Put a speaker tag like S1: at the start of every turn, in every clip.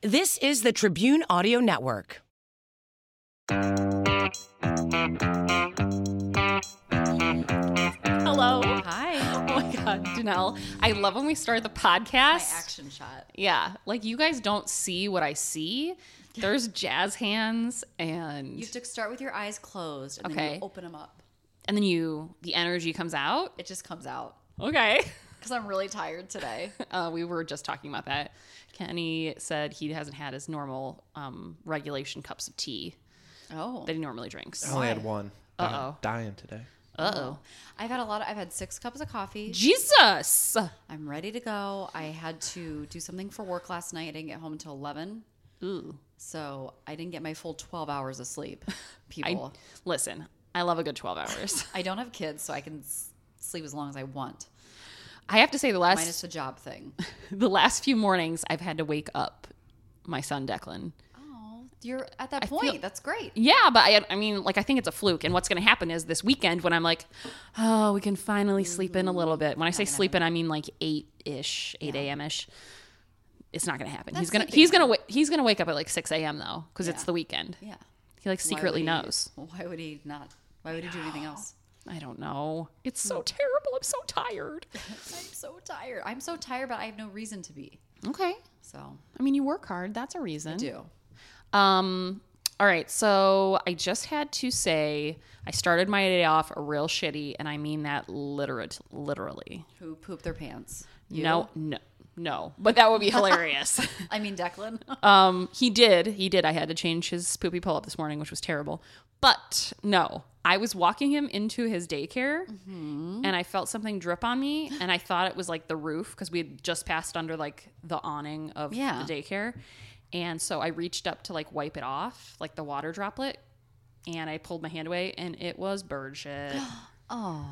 S1: This is the Tribune Audio Network.
S2: Hello.
S3: Hi.
S2: Oh my God, Janelle. I love when we start the podcast.
S3: Action shot.
S2: Yeah. Like you guys don't see what I see. There's jazz hands and
S3: You have to start with your eyes closed and then
S2: Okay.
S3: you open them up.
S2: and then you the energy comes out.
S3: It just comes out
S2: Okay.
S3: because I'm really tired today.
S2: Uh, we were just talking about that. Kenny said he hasn't had his normal um, regulation cups of tea
S3: Oh,
S2: that he normally drinks.
S4: I only had one.
S2: Uh-oh.
S4: I'm dying today.
S2: Uh oh.
S3: I've had a lot. Of, I've had six cups of coffee.
S2: Jesus.
S3: I'm ready to go. I had to do something for work last night. I didn't get home until eleven,
S2: Ooh.
S3: so I didn't get my full twelve hours of sleep.
S2: I,
S3: People,
S2: listen, I love a good 12 hours.
S3: I, don't have kids, so I can s- sleep as long as I want,
S2: I have to say, the last.
S3: minus the job thing.
S2: the last few mornings I've had to wake up my son Declan.
S3: Oh, you're at that
S2: I feel-
S3: point. That's great.
S2: Yeah, but I, I mean, like, I think it's a fluke. And what's going to happen is this weekend when I'm like, oh, we can finally sleep in a little bit. When I say sleep in, I mean like eight ish, eight a.m. ish. It's not going to happen. he's gonna
S3: sleeping
S2: he's gonna wa- he's gonna wake up at like six a.m. though because it's the weekend.
S3: Yeah.
S2: He like
S3: Why
S2: secretly
S3: would he-
S2: knows.
S3: Why would he not? Why would he do anything else?
S2: I don't know. It's so terrible. I'm so tired.
S3: I'm so tired. I'm so tired, but I have no reason to be.
S2: Okay.
S3: So
S2: I mean, you work hard. That's a reason.
S3: do.
S2: Um, all right, so I just had to say I started my day off real shitty, and I mean that literate, literally.
S3: Who pooped their pants?
S2: No, no, no. But that would be hilarious.
S3: I mean Declan.
S2: um, he did, he did. I had to change his poopy pull up this morning, which was terrible. But no, I was walking him into his daycare, and I felt something drip on me, and I thought it was like the roof because we had just passed under like the awning of
S3: Yeah.
S2: the daycare, and so I reached up to like wipe it off, like the water droplet, and I pulled my hand away, and it was bird shit. oh,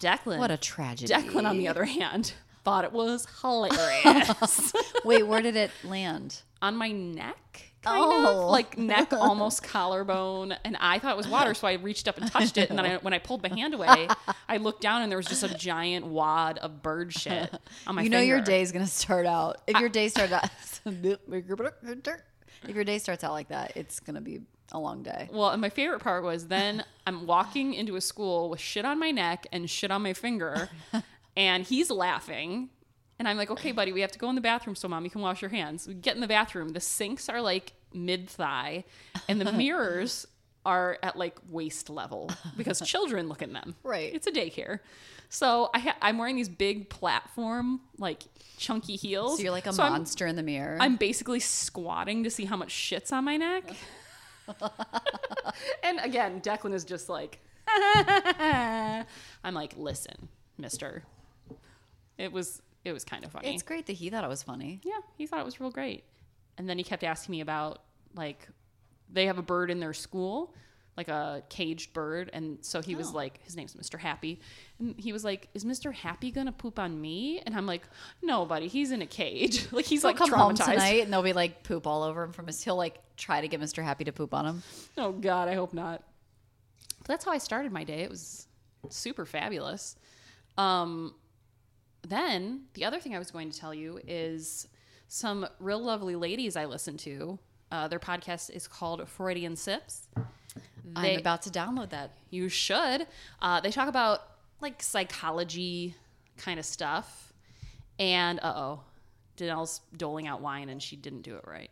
S2: Declan!
S3: What a tragedy.
S2: Declan on the other hand thought it was hilarious
S3: Wait, where did it land?
S2: on my neck. Kind
S3: Oh.
S2: of like neck, almost collarbone, and I thought it was water, so I reached up and touched it. And then I, when I pulled my hand away, I looked down and there was just a giant wad of bird shit on my.
S3: you know your
S2: finger.
S3: day is gonna start out. If your day starts out, if your day starts out like that, it's gonna be a long day.
S2: Well, and my favorite part was then I'm walking into a school with shit on my neck and shit on my finger, and he's laughing. And I'm like, okay, buddy, we have to go in the bathroom so mom, you can wash your hands. We get in the bathroom. The sinks are like mid thigh, and the mirrors are at like waist level because children look in them.
S3: Right.
S2: It's a daycare. So I ha- I'm wearing these big platform, like chunky heels.
S3: So you're like a
S2: I'm-
S3: monster in the mirror.
S2: I'm basically squatting to see how much shit's on my neck. and again, Declan is just like, I'm like, listen, mister. It was it was kind of funny.
S3: it's great that he thought it was funny.
S2: yeah, he thought it was real great. And then he kept asking me about like they have a bird in their school, like a caged bird, and so he was like, his name's Mr. Happy, and he was like, is Mr. Happy gonna poop on me? And I'm like, no, buddy, he's in a cage. like he's
S3: He'll
S2: like
S3: come
S2: traumatized.
S3: home tonight and they'll be like poop all over him from his. He'll like try to get Mr. Happy to poop on him.
S2: Oh God, I hope not. But that's how I started my day. It was super fabulous. Um, then the other thing I was going to tell you is some real lovely ladies I listen to. Uh, their podcast is called Freudian Sips. They-
S3: I'm about to download that.
S2: You should. Uh, they talk about like psychology kind of stuff. And uh oh, Danelle's doling out wine and she didn't do it right.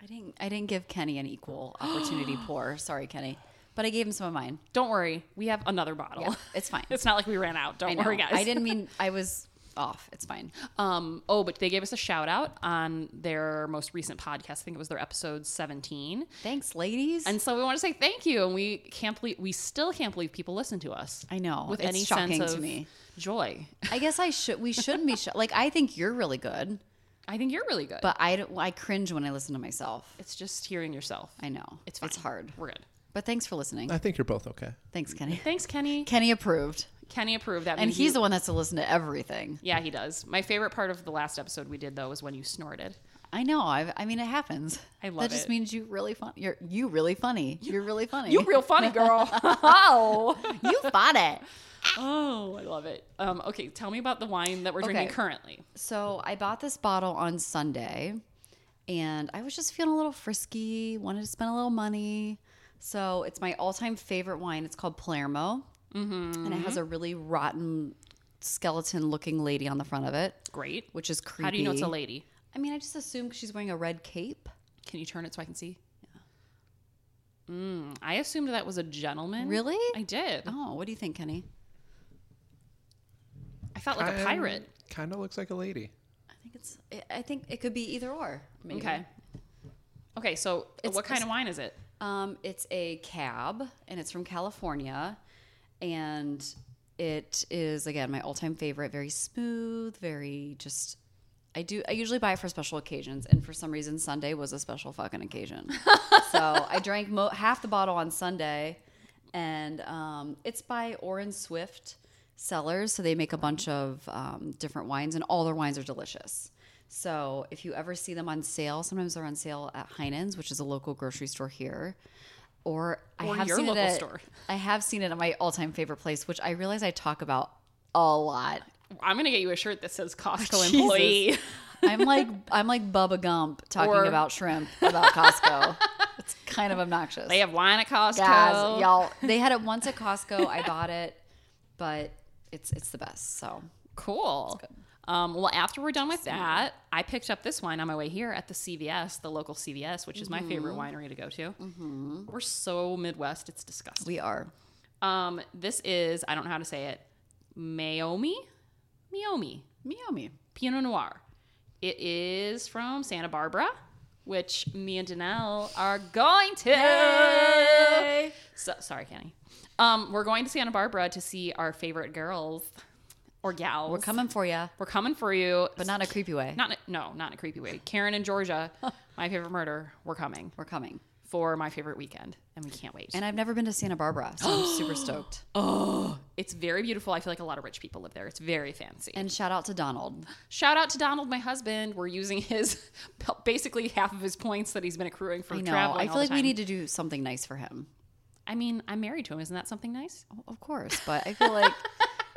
S3: I didn't. I didn't give Kenny an equal opportunity pour. Sorry, Kenny, but I gave him some of mine.
S2: Don't worry, we have another bottle.
S3: It's fine.
S2: It's not like we ran out. Don't
S3: I know.
S2: worry, guys.
S3: I didn't mean. I was off. It's fine.
S2: Um, oh, but they gave us a shout out on their most recent podcast. I think it was their episode 17.
S3: Thanks, ladies.
S2: And so we want to say thank you. And we can't believe, we still can't believe people listen to us.
S3: I know.
S2: With
S3: It's
S2: any
S3: shocking
S2: sense
S3: to
S2: of
S3: me.
S2: joy.
S3: I guess I should. We shouldn't be. Sh- like I think you're really good,
S2: I think you're really good.
S3: but I don't. I cringe when I listen to myself.
S2: it's just hearing yourself.
S3: I know.
S2: It's fine.
S3: It's hard.
S2: We're good.
S3: But thanks for listening.
S4: I think you're both okay.
S3: Thanks, Kenny.
S2: Thanks, Kenny.
S3: Kenny approved,
S2: Kenny approved that.
S3: and
S2: means
S3: he's
S2: you-
S3: the one that's to listen to everything.
S2: Yeah, he does. My favorite part of the last episode we did, though, was when you snorted.
S3: I know. I, I mean, it happens.
S2: I love
S3: That just
S2: it.
S3: means you really fun. You're you really funny. You're really funny.
S2: You real funny, girl. oh.
S3: you bought it.
S2: Oh, I love it. Um, okay, tell me about the wine that we're drinking
S3: Okay.
S2: currently.
S3: So I bought this bottle on Sunday, and I was just feeling a little frisky, wanted to spend a little money. So it's my all-time favorite wine. It's called Palermo,
S2: Mm-hmm.
S3: and it has a really rotten skeleton-looking lady on the front of it,
S2: Great.
S3: which is creepy.
S2: How do you know it's a lady?
S3: I mean, I just assume she's wearing a red cape.
S2: Can you turn it so I can see? Yeah. Mm, I assumed that was a gentleman.
S3: Really?
S2: I did.
S3: Oh, what do you think, Kenny?
S2: I felt like a pirate.
S4: Kind of looks like a lady.
S3: I think it's. I- I think it could be either or. Maybe.
S2: Okay. Okay, so
S3: It's-
S2: what kind of wine is it?
S3: Um, it's a cab, and it's from California, and it is again my all-time favorite. Very smooth, very just. I do. I usually buy it for special occasions, and for some reason, Sunday was a special fucking occasion. so I drank mo- half the bottle on Sunday, and um, it's by Orin Swift Cellars. So they make a bunch of um, different wines, and all their wines are delicious. So if you ever see them on sale, sometimes they're on sale at Heinen's, which is a local grocery store here. Or I
S2: Or
S3: have
S2: your
S3: seen
S2: local
S3: it at,
S2: store.
S3: I have seen it at my all-time favorite place, which I realize I talk about a lot.
S2: I'm gonna get you a shirt that says Costco
S3: Oh, Jesus.
S2: employee.
S3: I'm like I'm like Bubba Gump talking
S2: Or-
S3: about shrimp about Costco. it's kind of obnoxious.
S2: They have wine at Costco.
S3: Guys, y'all, they had it once at Costco. I bought it, but it's it's the best. So
S2: Cool. Um, well, after we're done with that, I picked up this wine on my way here at the CVS, the local CVS, which is
S3: Mm-hmm.
S2: my favorite winery to go to. We're so Midwest, it's disgusting.
S3: we are.
S2: Um, this is, I don't know how to say it, Mayomi? Mayomi.
S3: Miami.
S2: Pinot Noir. It is from Santa Barbara, which me and Danelle are going to. So, sorry, Kenny. Um, we're going to Santa Barbara to see our favorite girls or gals.
S3: We're coming for you,
S2: We're coming for you,
S3: but not in a creepy way.
S2: not in a, no, not in a creepy way. Karen and Georgia, my favorite murder. We're coming
S3: We're coming.
S2: for my favorite weekend, and we can't wait.
S3: And I've never been to Santa Barbara, so I'm super stoked.
S2: it's very beautiful. I feel like a lot of rich people live there. It's very fancy.
S3: And shout out to Donald.
S2: Shout out to Donald, my husband. We're using his basically half of his points that he's been accruing for
S3: I know.
S2: traveling.
S3: I
S2: all
S3: feel
S2: the
S3: like we
S2: time.
S3: need to do something nice for him.
S2: I mean, I'm married to him. Isn't that something nice?
S3: Of course, but I feel like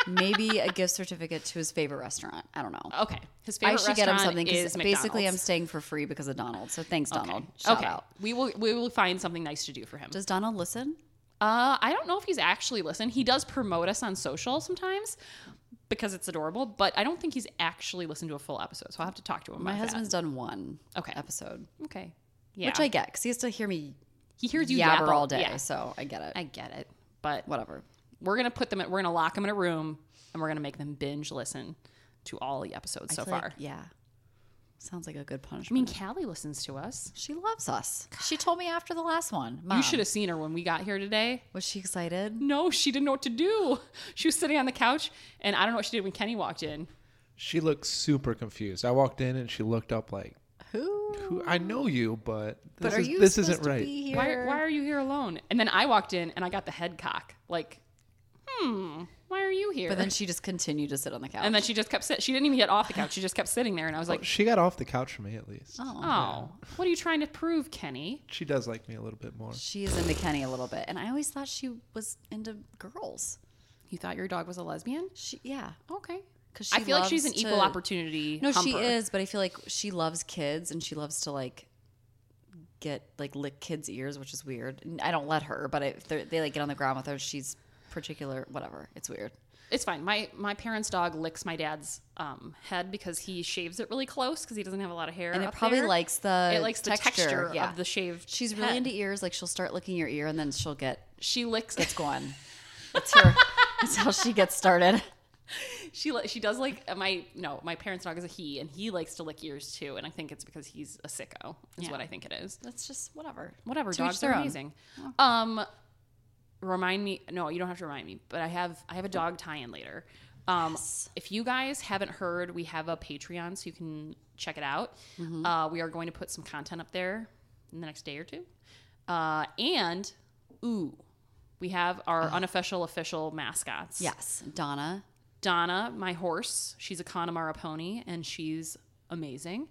S3: maybe a gift certificate to his favorite restaurant. I don't know.
S2: Okay, his Oh,
S3: I
S2: favorite
S3: should get him
S2: restaurant
S3: something
S2: is
S3: because basically I'm
S2: McDonald's.
S3: staying for free because of Donald. So thanks, Donald. Shout
S2: okay,
S3: out.
S2: we will we will find something nice to do for him.
S3: Does Donald listen?
S2: Uh, I don't know if he's actually listened. He does promote us on social sometimes because it's adorable, but I don't think he's actually listened to a full episode. So I'll have to talk to him.
S3: My
S2: about
S3: husband's done one
S2: Okay.
S3: episode,
S2: that. okay, yeah,
S3: which I get because he has to hear me
S2: he hears you
S3: yabber
S2: yabble.
S3: all day.
S2: Yeah,
S3: So I get it.
S2: I get it, but
S3: Whatever.
S2: we're gonna put them. In, we're gonna lock them in a room, and we're gonna make them binge listen to all the episodes so
S3: It's like-
S2: far.
S3: yeah. Sounds like a good
S2: I mean,
S3: punishment.
S2: Callie listens to us. Um,
S3: she loves us. She told me after the last one. Mom,
S2: You should have seen her when we got here today.
S3: Was she excited?
S2: No, she didn't know what to do. She was sitting on the couch, and I don't know what she did when Kenny walked in.
S4: She looked super confused. I walked in and she looked up like,
S3: Who?
S4: "Who? I know you, but this
S3: But are
S4: is
S3: you
S4: this
S3: supposed
S4: isn't
S3: to
S4: right."
S3: be
S2: why,
S3: here?
S2: why are you here alone? And then I walked in and I got the head cock. Like, hmm, why are you here?
S3: But then she just continued to sit on the couch.
S2: and then she just kept sitting. She didn't even get off the couch. She just kept sitting there. And I was like,
S4: She got off the couch for me at least.
S2: oh, what are you trying to prove, Kenny?
S4: She does like me a little bit more.
S3: she is into Kenny a little bit, and I always thought she was into girls.
S2: You thought your dog was a lesbian?
S3: She, yeah, Oh,
S2: Okay.
S3: 'Cause
S2: I
S3: she
S2: feel like she's an
S3: loves
S2: equal
S3: to-
S2: opportunity.
S3: no, she
S2: humper.
S3: is, but I feel like she loves kids, and she loves to like get like lick kids' ears, which is weird. And I don't let her, but if they're- they like get on the ground with her, she's particular. Whatever, it's weird.
S2: It's fine. My my parents' dog licks my dad's um, head because he shaves it really close because he doesn't have a lot of hair.
S3: And it
S2: up
S3: probably
S2: there.
S3: likes the
S2: it likes the texture
S3: yeah.
S2: of the shaved.
S3: She's really
S2: head.
S3: into ears. Like she'll start licking your ear, and then she'll get
S2: She licks.
S3: gets going. That's her. That's how she gets started.
S2: She li- she does like uh, my no my parents' dog is a he and he likes to lick ears too and I think it's because he's a sicko is what I think it is.
S3: That's just whatever.
S2: Whatever
S3: To
S2: dogs
S3: each their
S2: are
S3: own.
S2: amazing. Um, remind me no you don't have to remind me but I have I have a dog tie-in later. Um, if you guys haven't heard, we have a Patreon so you can check it out.
S3: Mm-hmm.
S2: Uh, we are going to put some content up there in the next day or two, uh, and ooh, we have our
S3: Uh-huh.
S2: unofficial official mascots.
S3: Yes, Donna.
S2: Donna, my horse, she's a Connemara pony and she's amazing.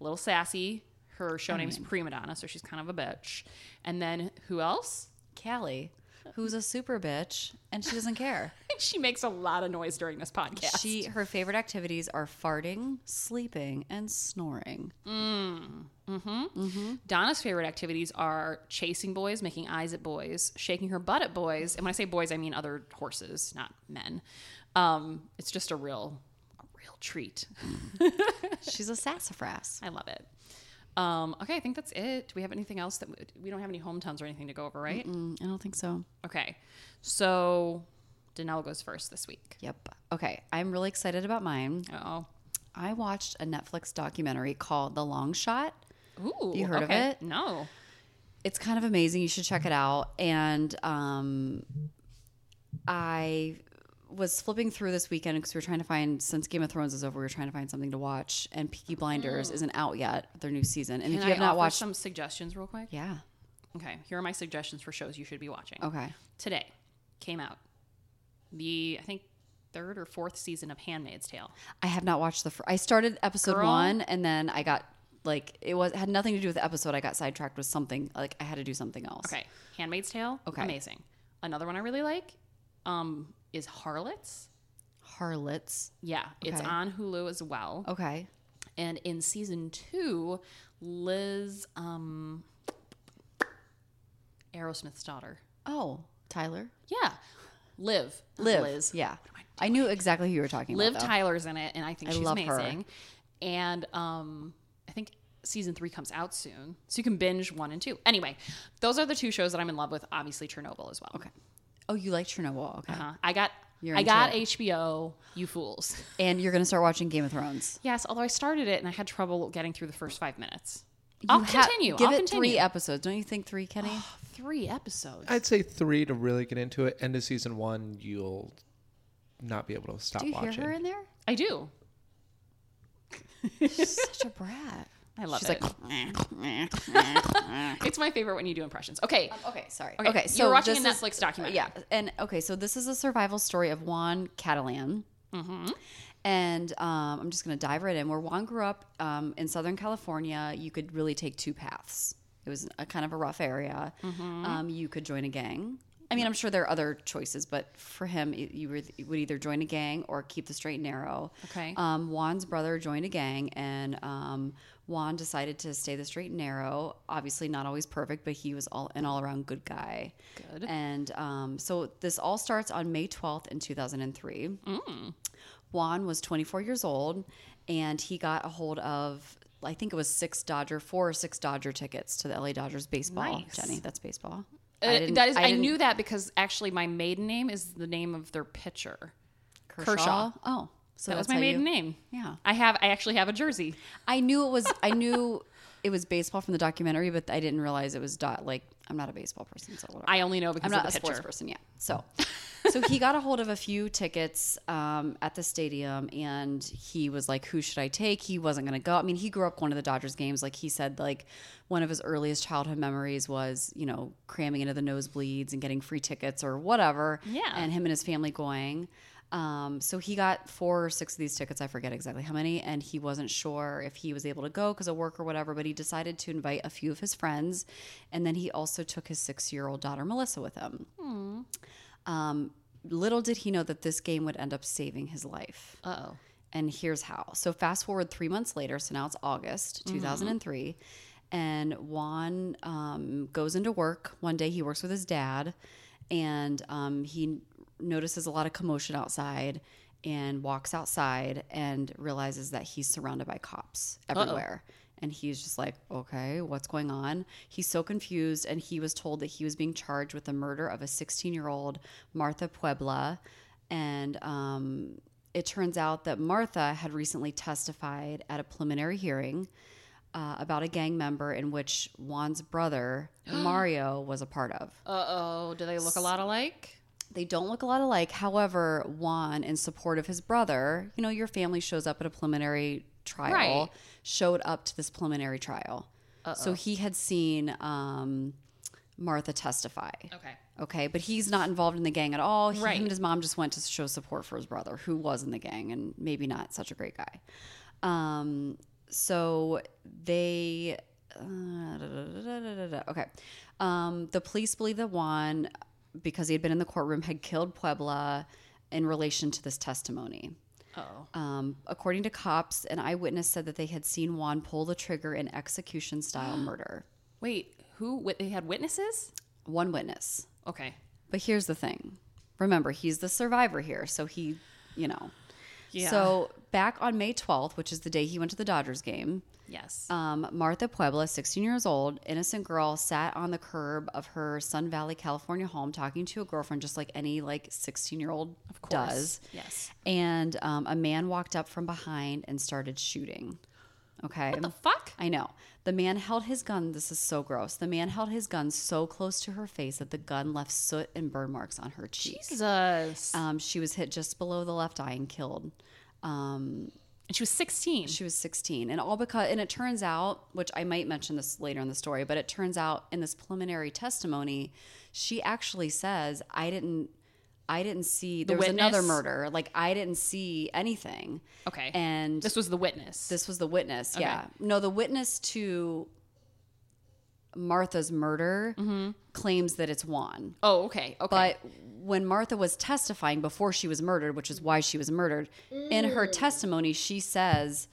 S2: A little sassy. Her show name's Prima Donna, so she's kind of a bitch. And then who else?
S3: Callie, who's a super bitch and she doesn't care.
S2: she makes a lot of noise during this podcast.
S3: She her favorite activities are farting, sleeping, and snoring.
S2: Donna's favorite activities are chasing boys, making eyes at boys, shaking her butt at boys. And when I say boys, I mean other horses, not men. Um, it's just a real, a real treat.
S3: She's a sassafras.
S2: I love it. Um, okay, I think that's it. Do we have anything else that we, we don't have any hometowns or anything to go over, right?
S3: Mm, I don't think so.
S2: Okay, so Danelle goes first this week.
S3: Yep. Okay, I'm really excited about mine.
S2: Oh,
S3: I watched a Netflix documentary called The Long Shot.
S2: ooh,
S3: You heard of
S2: okay.
S3: it?
S2: No.
S3: It's kind of amazing. You should check it out. And um, I was flipping through this weekend because we were trying to find since Game of Thrones is over, we were trying to find something to watch. And Peaky Blinders isn't out yet, their new season. And if
S2: Mm. Can
S3: you have
S2: I
S3: not
S2: offer
S3: watched,
S2: some suggestions real quick?
S3: yeah,
S2: Okay, here are my suggestions for shows you should be watching.
S3: okay,
S2: Today came out the I think third or fourth season of Handmaid's Tale.
S3: I have not watched the. Fir- I started episode
S2: Girl.
S3: one, and then I got like it was had nothing to do with the episode. I got sidetracked with something. Like I had to do something else.
S2: Okay, Handmaid's Tale.
S3: Okay.
S2: amazing. Another one I really like um, is Harlots.
S3: Harlots.
S2: Yeah, it's
S3: Okay.
S2: on Hulu as well.
S3: Okay.
S2: And in season two, Liz um, Aerosmith's daughter.
S3: Oh, Tyler.
S2: Yeah, Liv. not
S3: Liv.
S2: Liz.
S3: Yeah. I knew exactly who you were talking
S2: Liv
S3: about. though.
S2: Tyler's in it, and I think
S3: I
S2: she's
S3: love her.
S2: amazing. And um, I think season three comes out soon, so you can binge one and two. Anyway, those are the two shows that I'm in love with. Obviously, Chernobyl as well. Okay.
S3: Oh, you like Chernobyl. Okay.
S2: Uh, I got.
S3: You're
S2: I
S3: into
S2: got
S3: it.
S2: HBO. You fools.
S3: And you're going to start watching Game of Thrones.
S2: yes. Although I started it and I had trouble getting through the first five minutes.
S3: You
S2: I'll
S3: ha-
S2: continue.
S3: Give
S2: I'll
S3: it
S2: continue. Oh,
S3: three e- episodes. Don't you think three, Kenny?
S2: three episodes.
S4: I'd say three to really get into it. End of season one, you'll not be able to stop
S3: do you
S4: watching.
S3: hear her in there?
S2: I do.
S3: She's such a brat.
S2: I love
S3: She's
S2: it.
S3: like,
S2: it's my favorite when you do impressions. Okay. uh,
S3: okay, sorry.
S2: Okay,
S3: Okay,
S2: you
S3: so
S2: were watching
S3: this
S2: a
S3: is-
S2: Netflix documentary.
S3: Yeah, and okay, so this is a survival story of Juan Catalan. And um, I'm just going to dive right in. Where Juan grew up um, in Southern California, you could really take two paths. It was a kind of a rough area.
S2: Mm-hmm.
S3: Um, you could join a gang. I mean, I'm sure there are other choices, but for him, it- you were- you would either join a gang or keep the straight and narrow.
S2: Okay.
S3: Um, Juan's brother joined a gang, and um, Juan decided to stay the straight and narrow. Obviously, not always perfect, but he was all an all-around good guy.
S2: Good.
S3: And um, so this all starts on May twelfth in two thousand and three. Juan was 24 years old, and he got a hold of I think it was six Dodger, four or six Dodger tickets to the LA Dodgers baseball.
S2: Nice.
S3: Jenny, that's baseball.
S2: Uh,
S3: didn't-
S2: that is. I,
S3: didn't-
S2: knew that because actually my maiden name is the name of their pitcher.
S3: Kershaw.
S2: Kershaw.
S3: Oh, so
S2: that was
S3: that's
S2: my
S3: how
S2: maiden
S3: you-
S2: name.
S3: Yeah.
S2: I have. I actually have a jersey.
S3: I knew it was. I knew it was baseball from the documentary, but I didn't realize it was dot. Like I'm not a baseball person, so whatever.
S2: I only know because
S3: I'm not a
S2: of the
S3: sports
S2: pitcher.
S3: person. Yeah. So, Oh. so he got a hold of a few tickets um, at the stadium, and he was like, "Who should I take?" He wasn't going to go. I mean, he grew up going to the Dodgers games. Like he said, like one of his earliest childhood memories was, you know, cramming into the nosebleeds and getting free tickets or whatever.
S2: Yeah.
S3: And him and his family going. Um, so he got four or six of these tickets. I forget exactly how many, and he wasn't sure if he was able to go because of work or whatever. But he decided to invite a few of his friends, and then he also took his six-year-old daughter Melissa with him. Um, little did he know that this game would end up saving his life.
S2: Uh oh.
S3: And here's how. So fast forward three months later. So now it's August 2003, and Juan um, goes into work. One day he works with his dad, and um, he notices a lot of commotion outside, and walks outside and realizes that he's surrounded by cops everywhere. And he's just like, okay, what's going on? He's so confused. And he was told that he was being charged with the murder of a 16 year old Martha Puebla. And um, it turns out that Martha had recently testified at a preliminary hearing uh, about a gang member in which Juan's brother, Mario, was a part of.
S2: Uh oh. Do they look a lot alike?
S3: They don't look a lot alike. However, Juan, in support of his brother, you know, your family shows up at a preliminary trial,
S2: Right.
S3: showed up to this preliminary trial. So he had seen um, Martha testify.
S2: Okay.
S3: Okay, but he's not involved in the gang at all. He,
S2: Right.
S3: Him and his mom just went to show support for his brother, who was in the gang and maybe not such a great guy. Um, so they. Uh, da, da, da, da, da, da. Okay. Um, the police believe that Juan, because he had been in the courtroom, had killed Puebla in relation to this testimony.
S2: Oh.
S3: Um, according to cops, an eyewitness said that they had seen Juan pull the trigger in execution style murder.
S2: Wait, who? What, they had witnesses?
S3: One witness.
S2: Okay.
S3: But here's the thing. Remember, he's the survivor here, so he, you know.
S2: Yeah.
S3: So back on May 12th, which is the day he went to the Dodgers game,
S2: Yes.
S3: um, Martha Puebla, 16 years old, innocent girl, sat on the curb of her Sun Valley, California home talking to a girlfriend, just like any like 16 year old
S2: Of course.
S3: does.
S2: Yes.
S3: And um, a man walked up from behind and started shooting. Okay.
S2: The fuck?
S3: I know. The man held his gun. This is so gross. The man held his gun so close to her face that the gun left soot and burn marks on her cheek.
S2: Jesus.
S3: Um, she was hit just below the left eye and killed. Um,
S2: and she was 16.
S3: she was 16, and all because. And it turns out, which I might mention this later in the story, but it turns out in this preliminary testimony, she actually says, "I didn't." I didn't see there was another
S2: witness?
S3: murder. Like I didn't see anything.
S2: okay.
S3: And
S2: this was the witness.
S3: this was the witness. Yeah. No, the witness to Martha's murder claims that it's Juan.
S2: oh, okay. Mm-hmm. Okay.
S3: But when Martha was testifying before she was murdered, which is why she was murdered, in her
S2: Mm.
S3: testimony she says,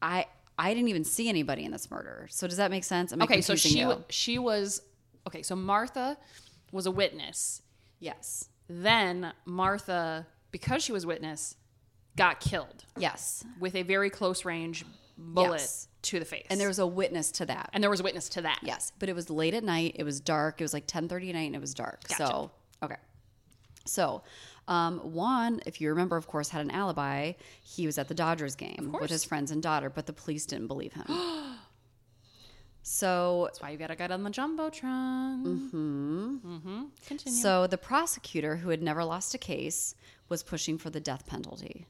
S3: "I I didn't even see anybody in this murder." So does that make sense? Am I
S2: okay, so
S3: confusing
S2: she
S3: you?
S2: wa- she was okay. So Martha was a witness.
S3: yes,
S2: Then Martha, because she was witness, got killed
S3: yes,
S2: with a very close range bullet
S3: Yes.
S2: to the face.
S3: and there was a witness to that.
S2: and there was a witness to that.
S3: Yes, but it was late at night. It was dark. It was like ten thirty at night, and it was dark. So okay, so um, Juan, if you remember, of course, had an alibi. He was at the Dodgers game with his friends and daughter, but the police didn't believe him. so
S2: That's why you gotta get on the jumbotron. Mm-hmm. Mm-hmm. Continue.
S3: so the prosecutor, who had never lost a case, was pushing for the death penalty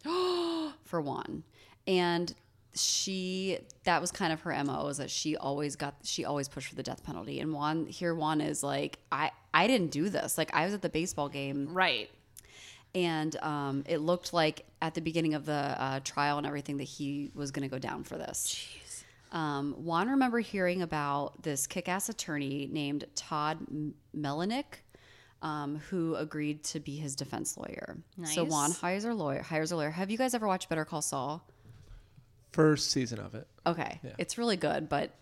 S3: for Juan, and she that was kind of her mo is that she always got she always pushed for the death penalty and juan here juan is like i i didn't do this like i was at the baseball game
S2: right.
S3: and um, it looked like at the beginning of the uh, trial and everything that he was going to go down for this um, juan remember hearing about this kick-ass attorney named todd M- melanick um, who agreed to be his defense lawyer so
S2: Nice.
S3: juan hires a lawyer hires a lawyer have you guys ever watched better call saul
S4: First season of it.
S3: Okay, it's really good, but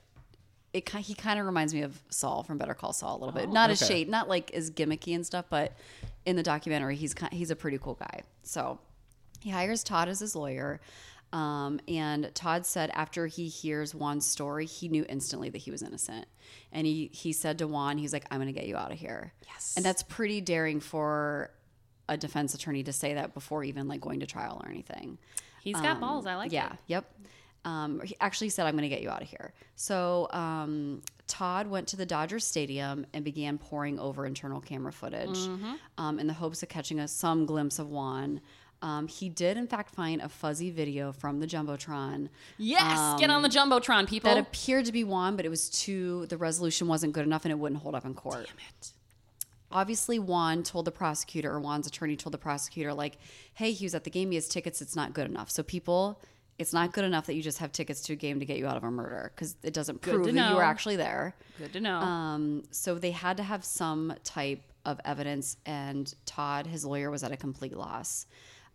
S3: it ki- he kind of reminds me of Saul from Better Call Saul a little bit. Not as
S4: Okay.
S3: shade, not like as gimmicky and stuff, but in the documentary, he's ki- he's a pretty cool guy. So he hires Todd as his lawyer. Um, and Todd said after he hears Juan's story, he knew instantly that he was innocent. And he he said to Juan, he's like, "I'm going to get you out of here." Yes, and that's pretty daring for a defense attorney to say that before even like going to trial or anything.
S2: He's got balls. I like
S3: Um, Yeah.
S2: it.
S3: Yep. Um, he actually said, "I'm going to get you out of here." So um, Todd went to the Dodgers stadium and began pouring over internal camera footage
S2: Mm-hmm.
S3: um, in the hopes of catching a, some glimpse of Juan. Um, he did, in fact, find a fuzzy video from the jumbotron
S2: Yes, get on the jumbotron, people.
S3: Um, that appeared to be Juan, but it was too. The resolution wasn't good enough, and it wouldn't hold up in court. Obviously, Juan told the prosecutor, or Juan's attorney told the prosecutor, like, "Hey, he was at the game. He has tickets. It's not good enough." So people, it's not good enough that you just have tickets to a game to get you out of a murder because it doesn't prove
S2: to
S3: that you were
S2: know.
S3: actually there.
S2: Good to know.
S3: Um, so they had to have some type of evidence, and Todd, his lawyer, was at a complete loss.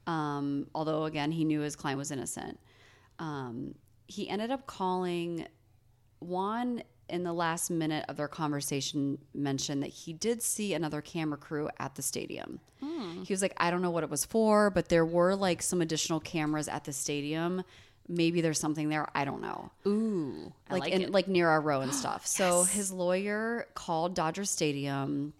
S3: Um, although, again, he knew his client was innocent. Um, he ended up calling Juan in the last minute of their conversation mentioned that he did see another camera crew at the stadium. He was like, I don't know what it was for, but there were like some additional cameras at the stadium. Maybe there's something there. I don't know
S2: Ooh, I
S3: like,
S2: like
S3: in,
S2: it.
S3: like near our row and stuff. So his lawyer called Dodger Stadium.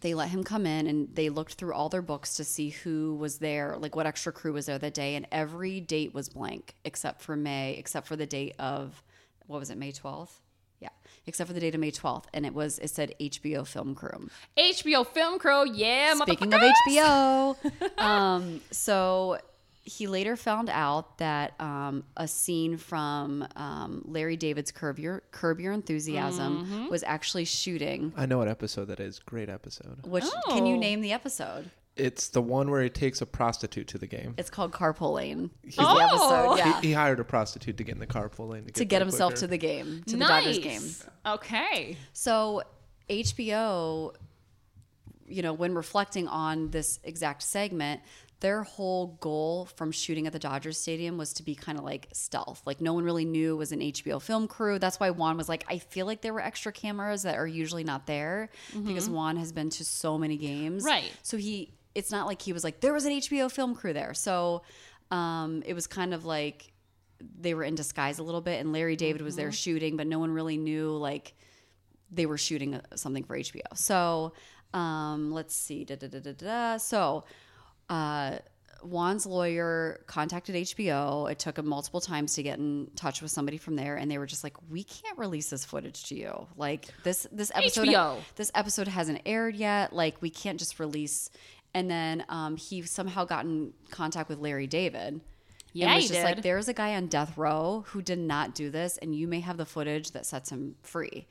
S3: They let him come in and they looked through all their books to see who was there, like what extra crew was there that day, and every date was blank except for May, except for the date of what was it, May twelfth? Yeah, except for the date of May twelfth, and it was it said HBO film crew.
S2: HBO Film Crow, yeah,
S3: Speaking
S2: motherfucker.
S3: of HBO, um, so he later found out that um, a scene from um, Larry David's Curb Your, Curb Your Enthusiasm
S2: Mm-hmm.
S3: was actually shooting.
S4: I know what episode that is. Great episode.
S3: Which can you
S2: Oh.
S3: name the episode?
S4: It's the one where he takes a prostitute to the game.
S3: It's called Carpool Lane. Is
S2: Oh.
S3: the episode, yeah,
S4: He hired a prostitute to get in the carpool lane to get,
S3: to get
S4: there
S3: himself
S4: quicker.
S3: to the game, to
S2: nice.
S3: the Dodgers game.
S2: Okay.
S3: So HBO, you know, when reflecting on this exact segment, their whole goal from shooting at the Dodgers Stadium was to be kind of like stealth. Like no one really knew it was an HBO film crew. That's why Juan was like, I feel like there were extra cameras that are usually not there because Juan has been to so many games.
S2: Right.
S3: So he, it's not like he was like, there was an HBO film crew there. So um, it was kind of like they were in disguise a little bit and Larry David was there shooting, but no one really knew like they were shooting uh, something for HBO. So um, let's see. Da, da, da, da, da. So uh, Juan's lawyer contacted HBO. It took him multiple times to get in touch with somebody from there, and they were just like, "We can't release this footage to you. Like this this episode
S2: HBO.
S3: this episode hasn't aired yet. Like we can't just release." And then um, he somehow got in contact with Larry David.
S2: Yeah,
S3: and was
S2: he
S3: just like
S2: did.
S3: there's a guy on death row who did not do this, and you may have the footage that sets him free.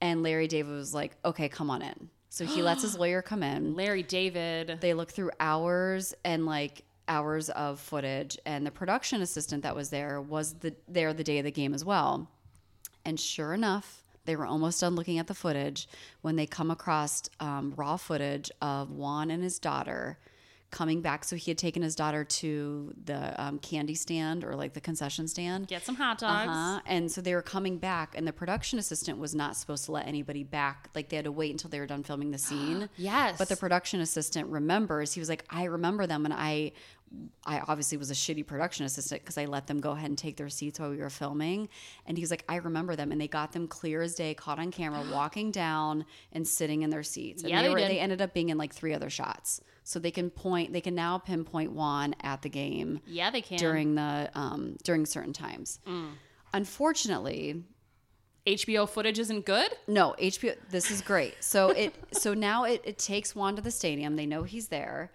S3: And Larry David was like, "Okay, come on in." So he lets his lawyer come in
S2: Larry David.
S3: they look through hours and like hours of footage and the production assistant that was there was the there the day of the game as well and sure enough they were almost done looking at the footage when they come across um, raw footage of juan and his daughter coming back so he had taken his daughter to the um, candy stand or like the concession stand
S2: Get some hot dogs.
S3: uh-huh. And so they were coming back, and the production assistant was not supposed to let anybody back. Like they had to wait until they were done filming the scene.
S2: Yes.
S3: But the production assistant remembers. He was like, "I remember them, and I, I obviously was a shitty production assistant because I let them go ahead and take their seats while we were filming." And he's like, "I remember them, and they got them clear as day, caught on camera, walking down and sitting in their seats. And
S2: Yeah, they
S3: were,
S2: did.
S3: they ended up being in like three other shots." So they can point. They can now pinpoint Juan at the game
S2: Yeah, Mm. they can.
S3: during the um, during certain times. Unfortunately,
S2: HBO footage isn't good.
S3: no HBO. This is great. So it so now it, it takes Juan to the stadium. They know he's there,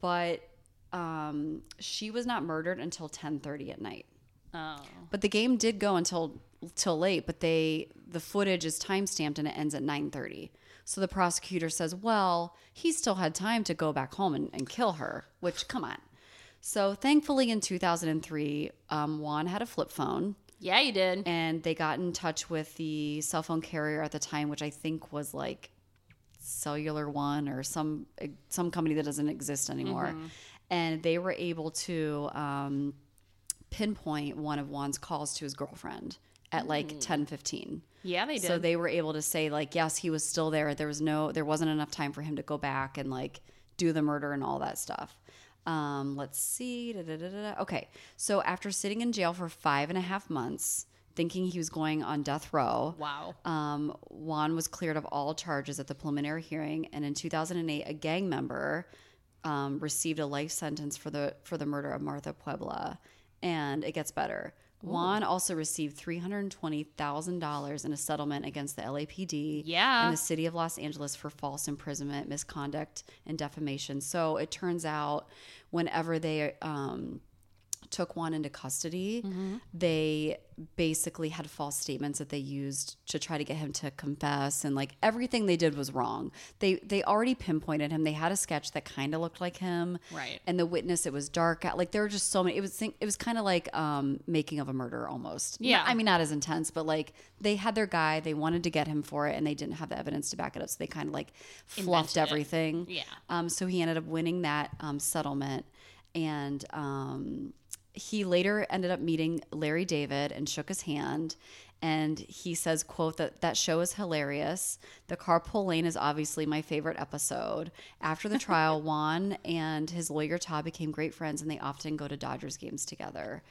S3: but um, she was not murdered until ten thirty at night.
S2: Oh.
S3: But the game did go until till late, but they the footage is time stamped and it ends at 9:30. So the prosecutor says, "Well, he still had time to go back home and, and kill her," which come on. So thankfully in 2003, um, Juan had a flip phone
S2: Yeah, you did.
S3: and they got in touch with the cell phone carrier at the time, which I think was like Cellular One or some some company that doesn't exist anymore. And they were able to um, pinpoint one of Juan's calls to his girlfriend at like ten fifteen.
S2: Yeah, they did.
S3: So they were able to say like, yes, he was still there. There was no, there wasn't enough time for him to go back and like do the murder and all that stuff. Um, let's see. Da, da, da, da, da. Okay, so after sitting in jail for five and a half months, thinking he was going on death row,
S2: wow.
S3: um, Juan was cleared of all charges at the preliminary hearing, and in 2008, a gang member um, received a life sentence for the for the murder of Martha Puebla. And it gets better. Juan also received three hundred twenty thousand dollars in a settlement against the LAPD
S2: Yeah.
S3: and the city of Los Angeles for false imprisonment, misconduct, and defamation. So it turns out, whenever they um, took Juan into custody,
S2: Mm-hmm.
S3: they basically had false statements that they used to try to get him to confess and like everything they did was wrong. They they already pinpointed him. They had a sketch that kind of looked like him.
S2: Right.
S3: And the witness it was dark out. Like there were just so many it was think, it was kind of like um making of a murder almost.
S2: Yeah.
S3: I mean not as intense, but like they had their guy, they wanted to get him for it and they didn't have the evidence to back it up, so they kind of like
S2: Invented
S3: fluffed
S2: it.
S3: everything.
S2: Yeah.
S3: Um, so he ended up winning that um, settlement. And um, he later ended up meeting Larry David and shook his hand. And he says, quote, that that show is hilarious. The carpool lane is obviously my favorite episode. After the trial, Juan and his lawyer Todd became great friends and they often go to Dodgers games together.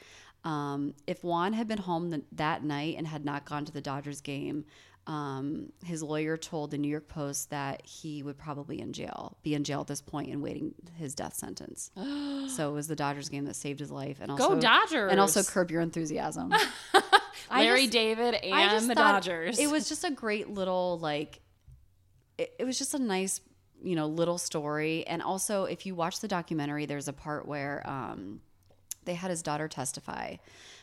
S3: Um, if Juan had been home th- that night and had not gone to the Dodgers game, um, his lawyer told the New York Post that he would probably in jail, be in jail at this point and waiting his death sentence. so it was the Dodgers game that saved his life, and also
S2: Dodgers!
S3: and also curb your enthusiasm. I
S2: Larry
S3: just-
S2: David
S3: I just
S2: and the
S3: thought
S2: Dodgers.
S3: It was just a great little like. It, it was just a nice, you know, little story. And also, if you watch the documentary, there's a part where um, they had his daughter testify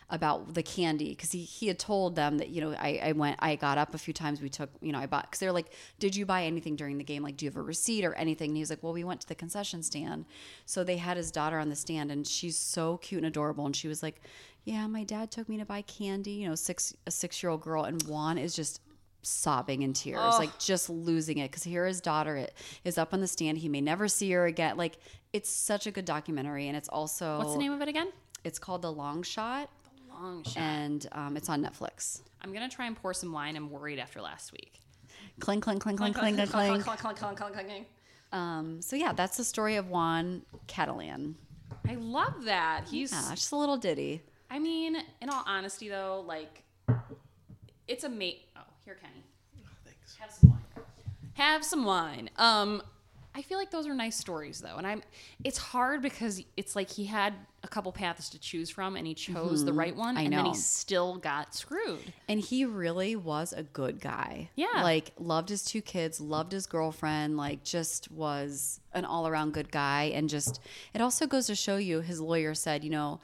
S3: about the candy because he, he had told them that you know I, I went I got up a few times we took you know I bought because they're like did you buy anything during the game like do you have a receipt or anything and he was like well we went to the concession stand so they had his daughter on the stand and she's so cute and adorable and she was like yeah my dad took me to buy candy you know six a six year old girl and Juan is just sobbing in tears, like just losing it because here his daughter i- is up on the stand. He may never see her again. Like it's such a good documentary, and it's also
S2: What's the name of it again?
S3: It's called The Long Shot,
S2: Ah. Long shot.
S3: and um, it's on Netflix.
S2: I'm gonna try and pour some wine. I'm worried after last week.
S3: Cling, cling, cling, cling, cling, cling, cling.
S2: clink, clink, clink, clink, clink, clink.
S3: Um, so yeah, that's the story of Juan Catalan.
S2: I love that. He's.
S3: Yeah, just a little ditty.
S2: I mean, in all honesty, though, like, it's a mate. Oh, here, Kenny. thanks. Have some wine. Have some wine. Um, I feel like those are nice stories, though, and I'm. It's hard because it's like he had a couple paths to choose from, and he chose the right one,
S3: Mm-hmm. I
S2: and then
S3: know.
S2: he still got screwed.
S3: And he really was a good guy.
S2: Yeah.
S3: Like, loved his two kids, loved his girlfriend, like, just was an all around good guy. And just, it also goes to show you his lawyer said, you know,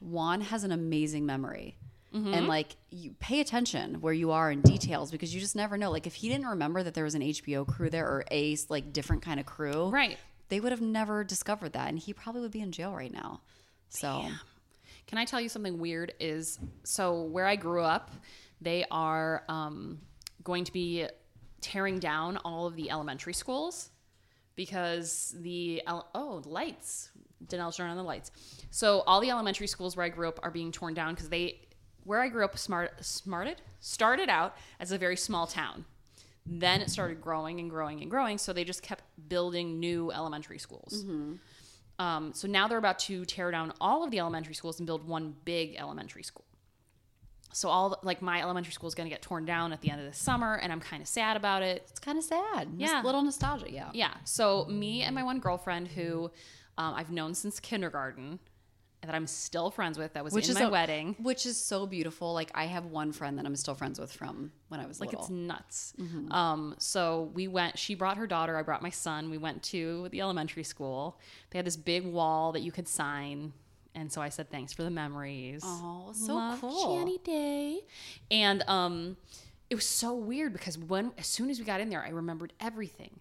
S3: Juan has an amazing memory.
S2: Mm-hmm.
S3: And, like, you pay attention where you are in details because you just never know. Like, if he didn't remember that there was an HBO crew there or a, like, different kind of crew,
S2: Right.
S3: they would have never discovered that. And he probably would be in jail right now. So,
S2: Can I tell you something weird? Is so where I grew up, they are um, going to be tearing down all of the elementary schools because the el- oh the lights. Danelle's turn on the lights. So all the elementary schools where I grew up are being torn down because they where I grew up smart smarted started out as a very small town. Then it started growing and growing and growing. So they just kept building new elementary schools. Um, so now they're about to tear down all of the elementary schools and build one big elementary school. So all the- like my elementary school is going to get torn down at the end of the summer, and I'm kind of sad about it.
S3: it's kind of sad.
S2: Yeah.
S3: Just little nostalgia. Yeah.
S2: Yeah. So me and my one girlfriend, who um, I've known since kindergarten, and that I'm still friends with, that was in my
S3: a-
S2: wedding.
S3: which is so beautiful. Like I have one friend that I'm still friends with from when I was
S2: Like
S3: little. Mm-hmm.
S2: it's nuts. Um, so we went. She brought her daughter. I brought my son. We went to the elementary school. They had this big wall that you could sign, and so I said thanks for the memories.
S3: oh, so
S2: Love
S3: cool.
S2: Channy Day. And um, it was so weird because when as soon as we got in there, I remembered everything.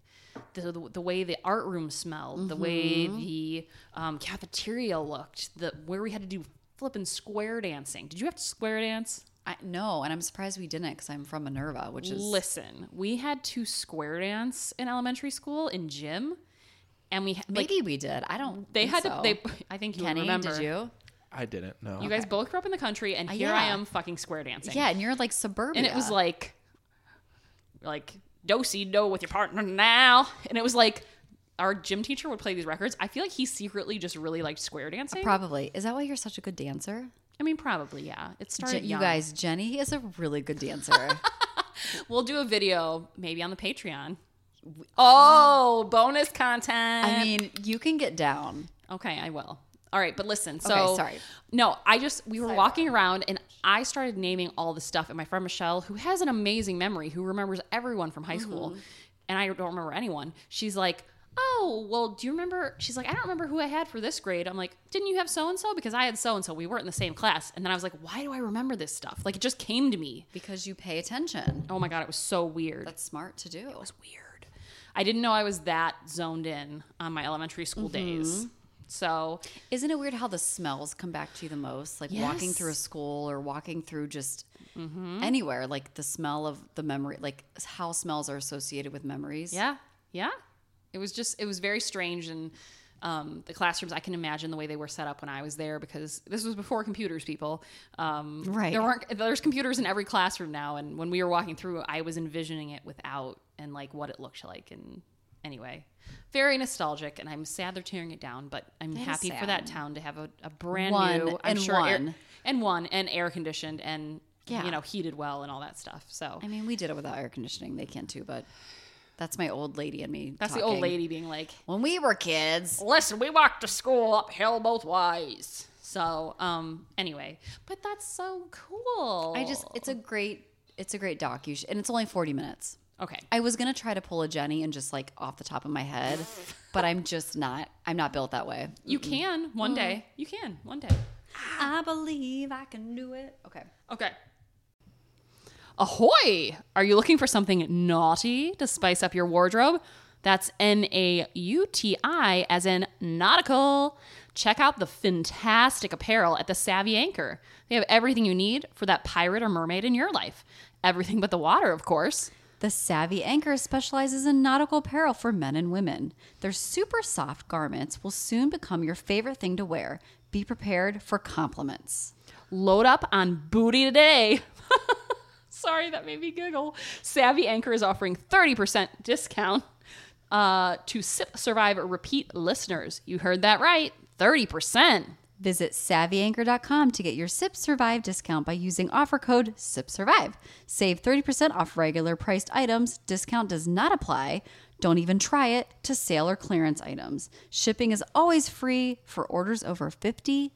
S2: The, the, the way the art room smelled, the way
S3: Mm-hmm.
S2: the um, cafeteria looked, the where we had to do flipping square dancing. Did you have to square dance?
S3: I, no, and I'm surprised we didn't because I'm from Minerva, which is
S2: Listen, we had to square dance in elementary school in gym, and we had, like
S3: maybe we did. I don't.
S2: they
S3: think
S2: had
S3: so.
S2: to. They I think you
S3: Kenny,
S2: remember.
S3: did you? Uh,
S4: I didn't know.
S2: You guys both grew up in the country, and here I
S3: yeah.
S2: am fucking square dancing.
S3: Yeah, and you're like suburbia,
S2: and it was like like do si do with your partner now and it was like our gym teacher would play these records i feel like he secretly just really liked square dancing
S3: probably is that why you're such a good dancer?
S2: i mean probably yeah it
S3: Je-
S2: started
S3: you
S2: young.
S3: guys, Jenny is a really good dancer.
S2: we'll do a video maybe on the patreon oh bonus content
S3: I mean, you can get down.
S2: Okay, I will. All right, but listen. So
S3: Okay, sorry.
S2: No, I just we were walking around and I started naming all the stuff. And my friend Michelle, who has an amazing memory, who remembers everyone from high school,
S3: Mm-hmm.
S2: and I don't remember anyone. She's like, "Oh, well, do you remember?" She's like, "I don't remember who I had for this grade." I'm like, "Didn't you have so and so?" Because I had so and so. We weren't in the same class. And then I was like, "Why do I remember this stuff?" Like it just came to me.
S3: Because you pay attention.
S2: Oh my god, it was so weird.
S3: That's smart to do.
S2: It was weird. I didn't know I was that zoned in on my elementary school
S3: Mm-hmm.
S2: days. So
S3: Isn't it weird how the smells come back to you the most? Like walking
S2: Yes.
S3: through a school or walking through just anywhere, like the smell of the memory, like how smells are associated with memories.
S2: Yeah, yeah. It was just it was very strange, and um, the classrooms I can imagine the way they were set up when I was there because this was before computers, people. Um,
S3: Right.
S2: There weren't there's computers in every classroom now, and when we were walking through, I was envisioning it without and like what it looked like, and anyway, very nostalgic, and I'm sad they're tearing it down, but I'm
S3: is
S2: happy for
S3: sad.
S2: that town to have a, a brand
S3: One
S2: new, I'm
S3: and
S2: sure, air-
S3: one.
S2: and one and air conditioned and
S3: Yeah.
S2: you know heated well and all that stuff. So
S3: I mean, we did it without air conditioning. They can too, but that's my old lady and me.
S2: that's the old
S3: talking.
S2: lady being like.
S3: When we were kids,
S2: listen, we walked to school uphill both ways. So, um, anyway, but that's so cool.
S3: I just, it's a great, it's a great doc. You should, and it's only 40 minutes.
S2: okay.
S3: I was going to try to pull a Jenny and just like off the top of my head, but I'm just not, I'm not built that way.
S2: You can one day. You can one day.
S3: I believe I can do it. Okay.
S2: Okay. Ahoy! Are you looking for something naughty to spice up your wardrobe? That's N A U T I, as in nautical. Check out the fantastic apparel at the Savvy Anchor. They have everything you need for that pirate or mermaid in your life. Everything but the water, of course.
S3: The Savvy Anchor specializes in nautical apparel for men and women. Their super soft garments will soon become your favorite thing to wear. Be prepared for compliments.
S2: Load up on booty today. Sorry, that made me giggle. Savvy Anchor is offering 30% discount uh, to Sip, Survive, Repeat listeners. You heard that right 30%.
S3: Visit savvyanchor.com to get your SIP Survive discount by using offer code SIP Survive. Save 30% off regular priced items. Discount does not apply. Don't even try it to sale or clearance items. Shipping is always free for orders over $50.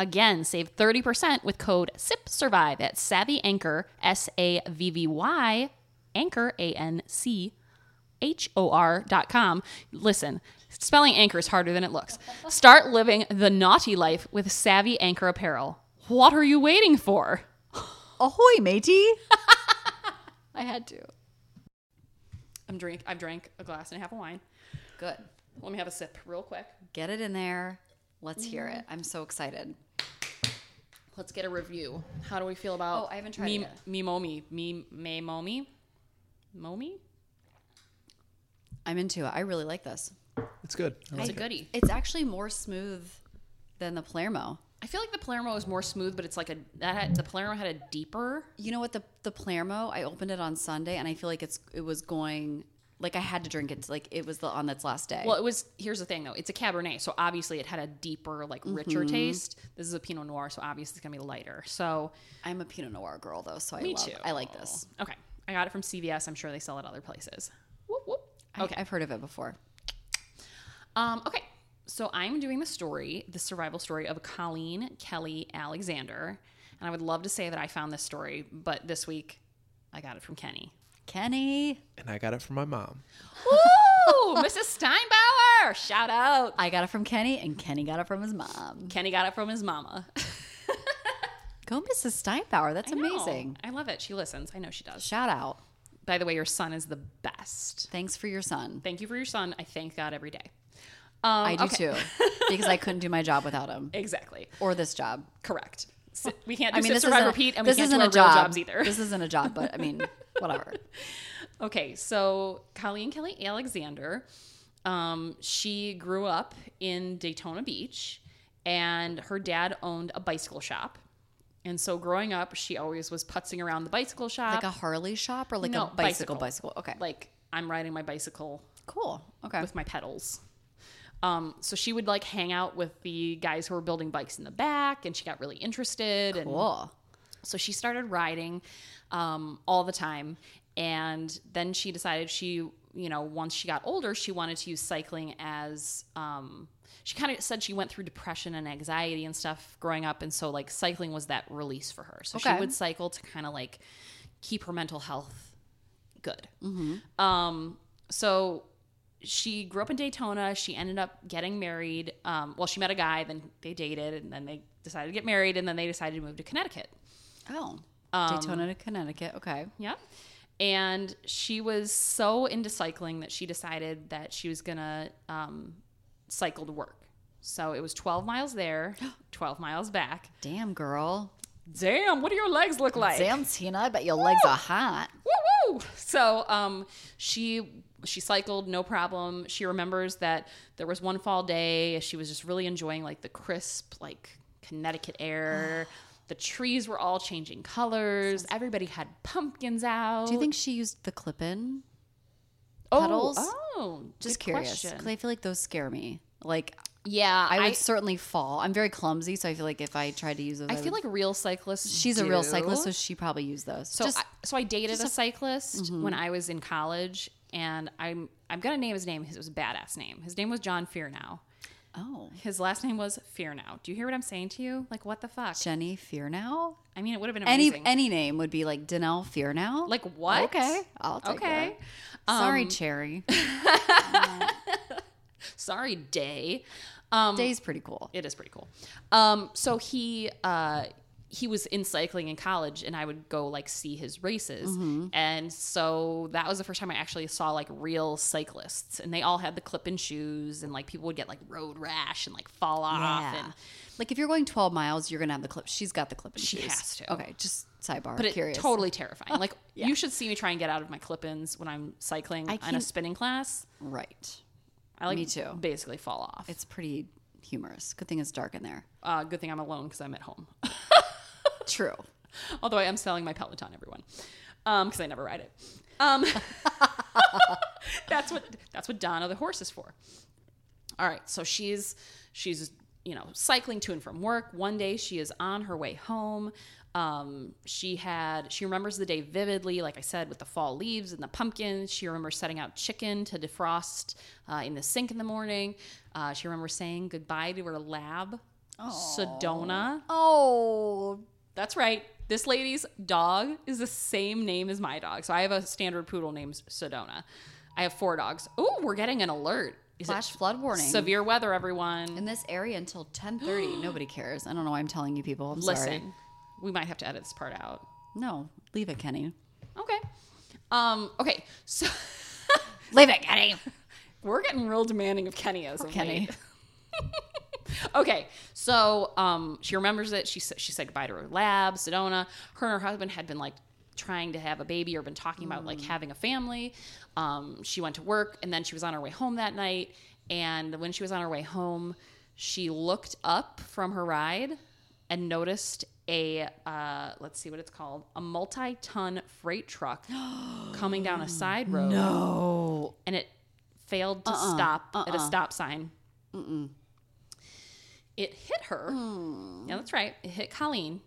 S2: Again, save 30% with code SIP Survive at Savvy Anchor, S A V V Y, Anchor, A N C H O R dot com. Listen, spelling anchor is harder than it looks. Start living the naughty life with Savvy Anchor apparel. What are you waiting for?
S3: Ahoy, matey! I had to.
S2: I'm drink. I've drank a glass and a half of wine.
S3: Good.
S2: Let me have a sip real quick.
S3: Get it in there. Let's hear it.
S2: Mm-hmm.
S3: I'm so excited.
S2: Let's get a review. How do we feel about?
S3: Oh, I haven't tried
S2: me,
S3: it yet.
S2: Me momi, me me momi, momi.
S3: I'm into it. I really like this.
S4: It's good. I
S2: It's
S4: like
S2: a goodie.
S3: It's actually more smooth than the Palermo.
S2: I feel like the Palermo is more smooth, but it's like a that had, the Palermo had a deeper.
S3: You know what the the Palermo? I opened it on Sunday, and I feel like it's it was going like I had to drink it. Like it was the on its last day.
S2: Well, it was. Here's the thing, though. It's a Cabernet, so obviously it had a deeper, like richer taste. This is a Pinot Noir, so obviously it's gonna be lighter. So
S3: I'm a Pinot Noir girl though, so I
S2: me
S3: love.
S2: too.
S3: I like this.
S2: Okay, I got it from CVS. I'm sure they sell it other places. Whoop, whoop.
S3: Okay, I've heard of it before.
S2: Um, okay, so I'm doing the story, the survival story of Colleen Kelly Alexander, and I would love to say that I found this story, but this week I got it from Kenny.
S3: Kenny,
S4: it. And I got it from my mom.
S2: Woo! Mrs. Steinbauer, shout out.
S3: I got it from Kenny, and Kenny got it from his mom.
S2: Kenny got it from his mama.
S3: Go, Mrs. Steinbauer. That's
S2: I know.
S3: amazing.
S2: I love it. She listens. I know she does.
S3: Shout out.
S2: By the way, your son is the best.
S3: Thanks for your son.
S2: Thank you for your son. I thank God every day. Um,
S3: I do
S2: okay.
S3: too, because I couldn't do my job without him
S2: Exactly.
S3: or this job.
S2: Correct. Si- We can't do
S3: I mean,
S2: sit,
S3: this
S2: survive,
S3: isn't-
S2: repeat, and we
S3: this
S2: can't do
S3: isn't
S2: our
S3: a
S2: real
S3: job.
S2: jobs either.
S3: This isn't a job, but I mean, whatever.
S2: Okay, so Colleen Kelly Alexander, um, she grew up in Daytona Beach, and her dad owned a bicycle shop. And so growing up, she always was putzing around the bicycle shop.
S3: Like a Harley shop or like
S2: No,
S3: a bicycle,
S2: bicycle.
S3: bicycle. Okay,
S2: like I'm riding my bicycle
S3: cool. Okay,
S2: with my pedals. Um, so she would like hang out with the guys who were building bikes in the back, and she got really interested. And
S3: cool.
S2: so she started riding um, all the time. And then she decided she, you know, once she got older, she wanted to use cycling as. Um, she kind of said she went through depression and anxiety and stuff growing up. And so, like, cycling was that release for her. So she
S3: Okay.
S2: would cycle to kind of like keep her mental health good. Um, so she grew up in Daytona. She ended up getting married. Um, well, she met a guy, then they dated, and then they decided to get married, and then they decided to move to Connecticut.
S3: Oh,
S2: Um,
S3: Daytona to Connecticut. Okay,
S2: Yeah. And she was so into cycling that she decided that she was going to um, cycle to work. So it was 12 miles there, 12 miles back.
S3: damn girl,
S2: Damn, what do your legs look like?
S3: damn Tina, I bet your legs are hot.
S2: Woo woo! So um, she she cycled no problem. She remembers that there was one fall day she was just really enjoying like the crisp like Connecticut air. the trees were all changing colors. Everybody had pumpkins out.
S3: Do you think she used the clip-in?
S2: oh,
S3: petals?
S2: Oh,
S3: Just
S2: good
S3: curious,
S2: question.
S3: because I feel like those scare me. Like
S2: Yeah,
S3: I would certainly fall. I'm very clumsy, so I feel like if I tried to use those,
S2: I,
S3: would-
S2: feel like real cyclists.
S3: she's a real
S2: do.
S3: cyclist, so she probably used those.
S2: So
S3: Just- Mm-hmm.
S2: I, so I dated a, cyclist when I was in college, and I'm I'm gonna name his name. His it was a badass name. His name was John Fearnow.
S3: oh,
S2: His last name was Fearnow. Do you hear what I'm saying to you? Like what the fuck?
S3: Jenny Fear now.
S2: I mean, it would have been
S3: Any
S2: amazing.
S3: any name would be like Danelle Fear now.
S2: like what?
S3: Okay, I'll take
S2: okay. Um,
S3: that. Sorry, Cherry.
S2: Sorry, Day. Um,
S3: Day's pretty cool.
S2: it is pretty cool. Um, so he uh, he was in cycling in college, and I would go like see his races,
S3: Mm-hmm.
S2: and so that was the first time I actually saw like real cyclists, and they all had the clip-in shoes, and like people would get like road rash and like fall off,
S3: Yeah.
S2: and
S3: Like if you're going 12 miles, you're gonna have the clip. She's got the clip.
S2: She
S3: shoes.
S2: has to.
S3: Okay, just sidebar.
S2: But it's
S3: curious.
S2: totally terrifying. Like you should see me try and get out of my clip-ins when I'm cycling in a
S3: can't-
S2: spinning class.
S3: right.
S2: I like
S3: Me too.
S2: basically fall off. It's
S3: It's pretty humorous. Good thing it's dark in there.
S2: uh, good thing I'm alone because I'm at home.
S3: True.
S2: Although I am selling my Peloton, everyone, because I never ride it. Um, that's what that's what Donna the horse is for. All right, so she's she's you know cycling to and from work. One day she is on her way home. Um, she had she remembers the day vividly, like I said, with the fall leaves and the pumpkins. She remembers setting out chicken to defrost uh, in the sink in the morning. Uh, she remembers saying goodbye to her lab, Sedona.
S3: Oh,
S2: That's right. This lady's dog is the same name as my dog. So I have a standard poodle named Sedona. I have four dogs. Oh, we're getting an alert. Is it
S3: flash flood warning
S2: severe weather, everyone?
S3: in this area until 10:30. Nobody cares. I don't know why I'm telling you people. I'm
S2: Listen,
S3: sorry.
S2: we might have to edit this part out.
S3: No, leave it, Kenny.
S2: Okay. Um, okay. So
S3: Leave it, Kenny.
S2: we're getting real demanding of Kenny as of
S3: Kenny.
S2: late. okay, so um, she remembers it. She sa- she said goodbye to her lab, Sedona. Her and her husband had been like trying to have a baby or been talking about like having a family. Um, she went to work and then she was on her way home that night. And when she was on her way home, she looked up from her ride and noticed a uh, let's see what it's called a multi-ton freight truck coming down a side road. No, and it failed to stop at a stop sign it hit her. Yeah, that's right. It hit Colleen.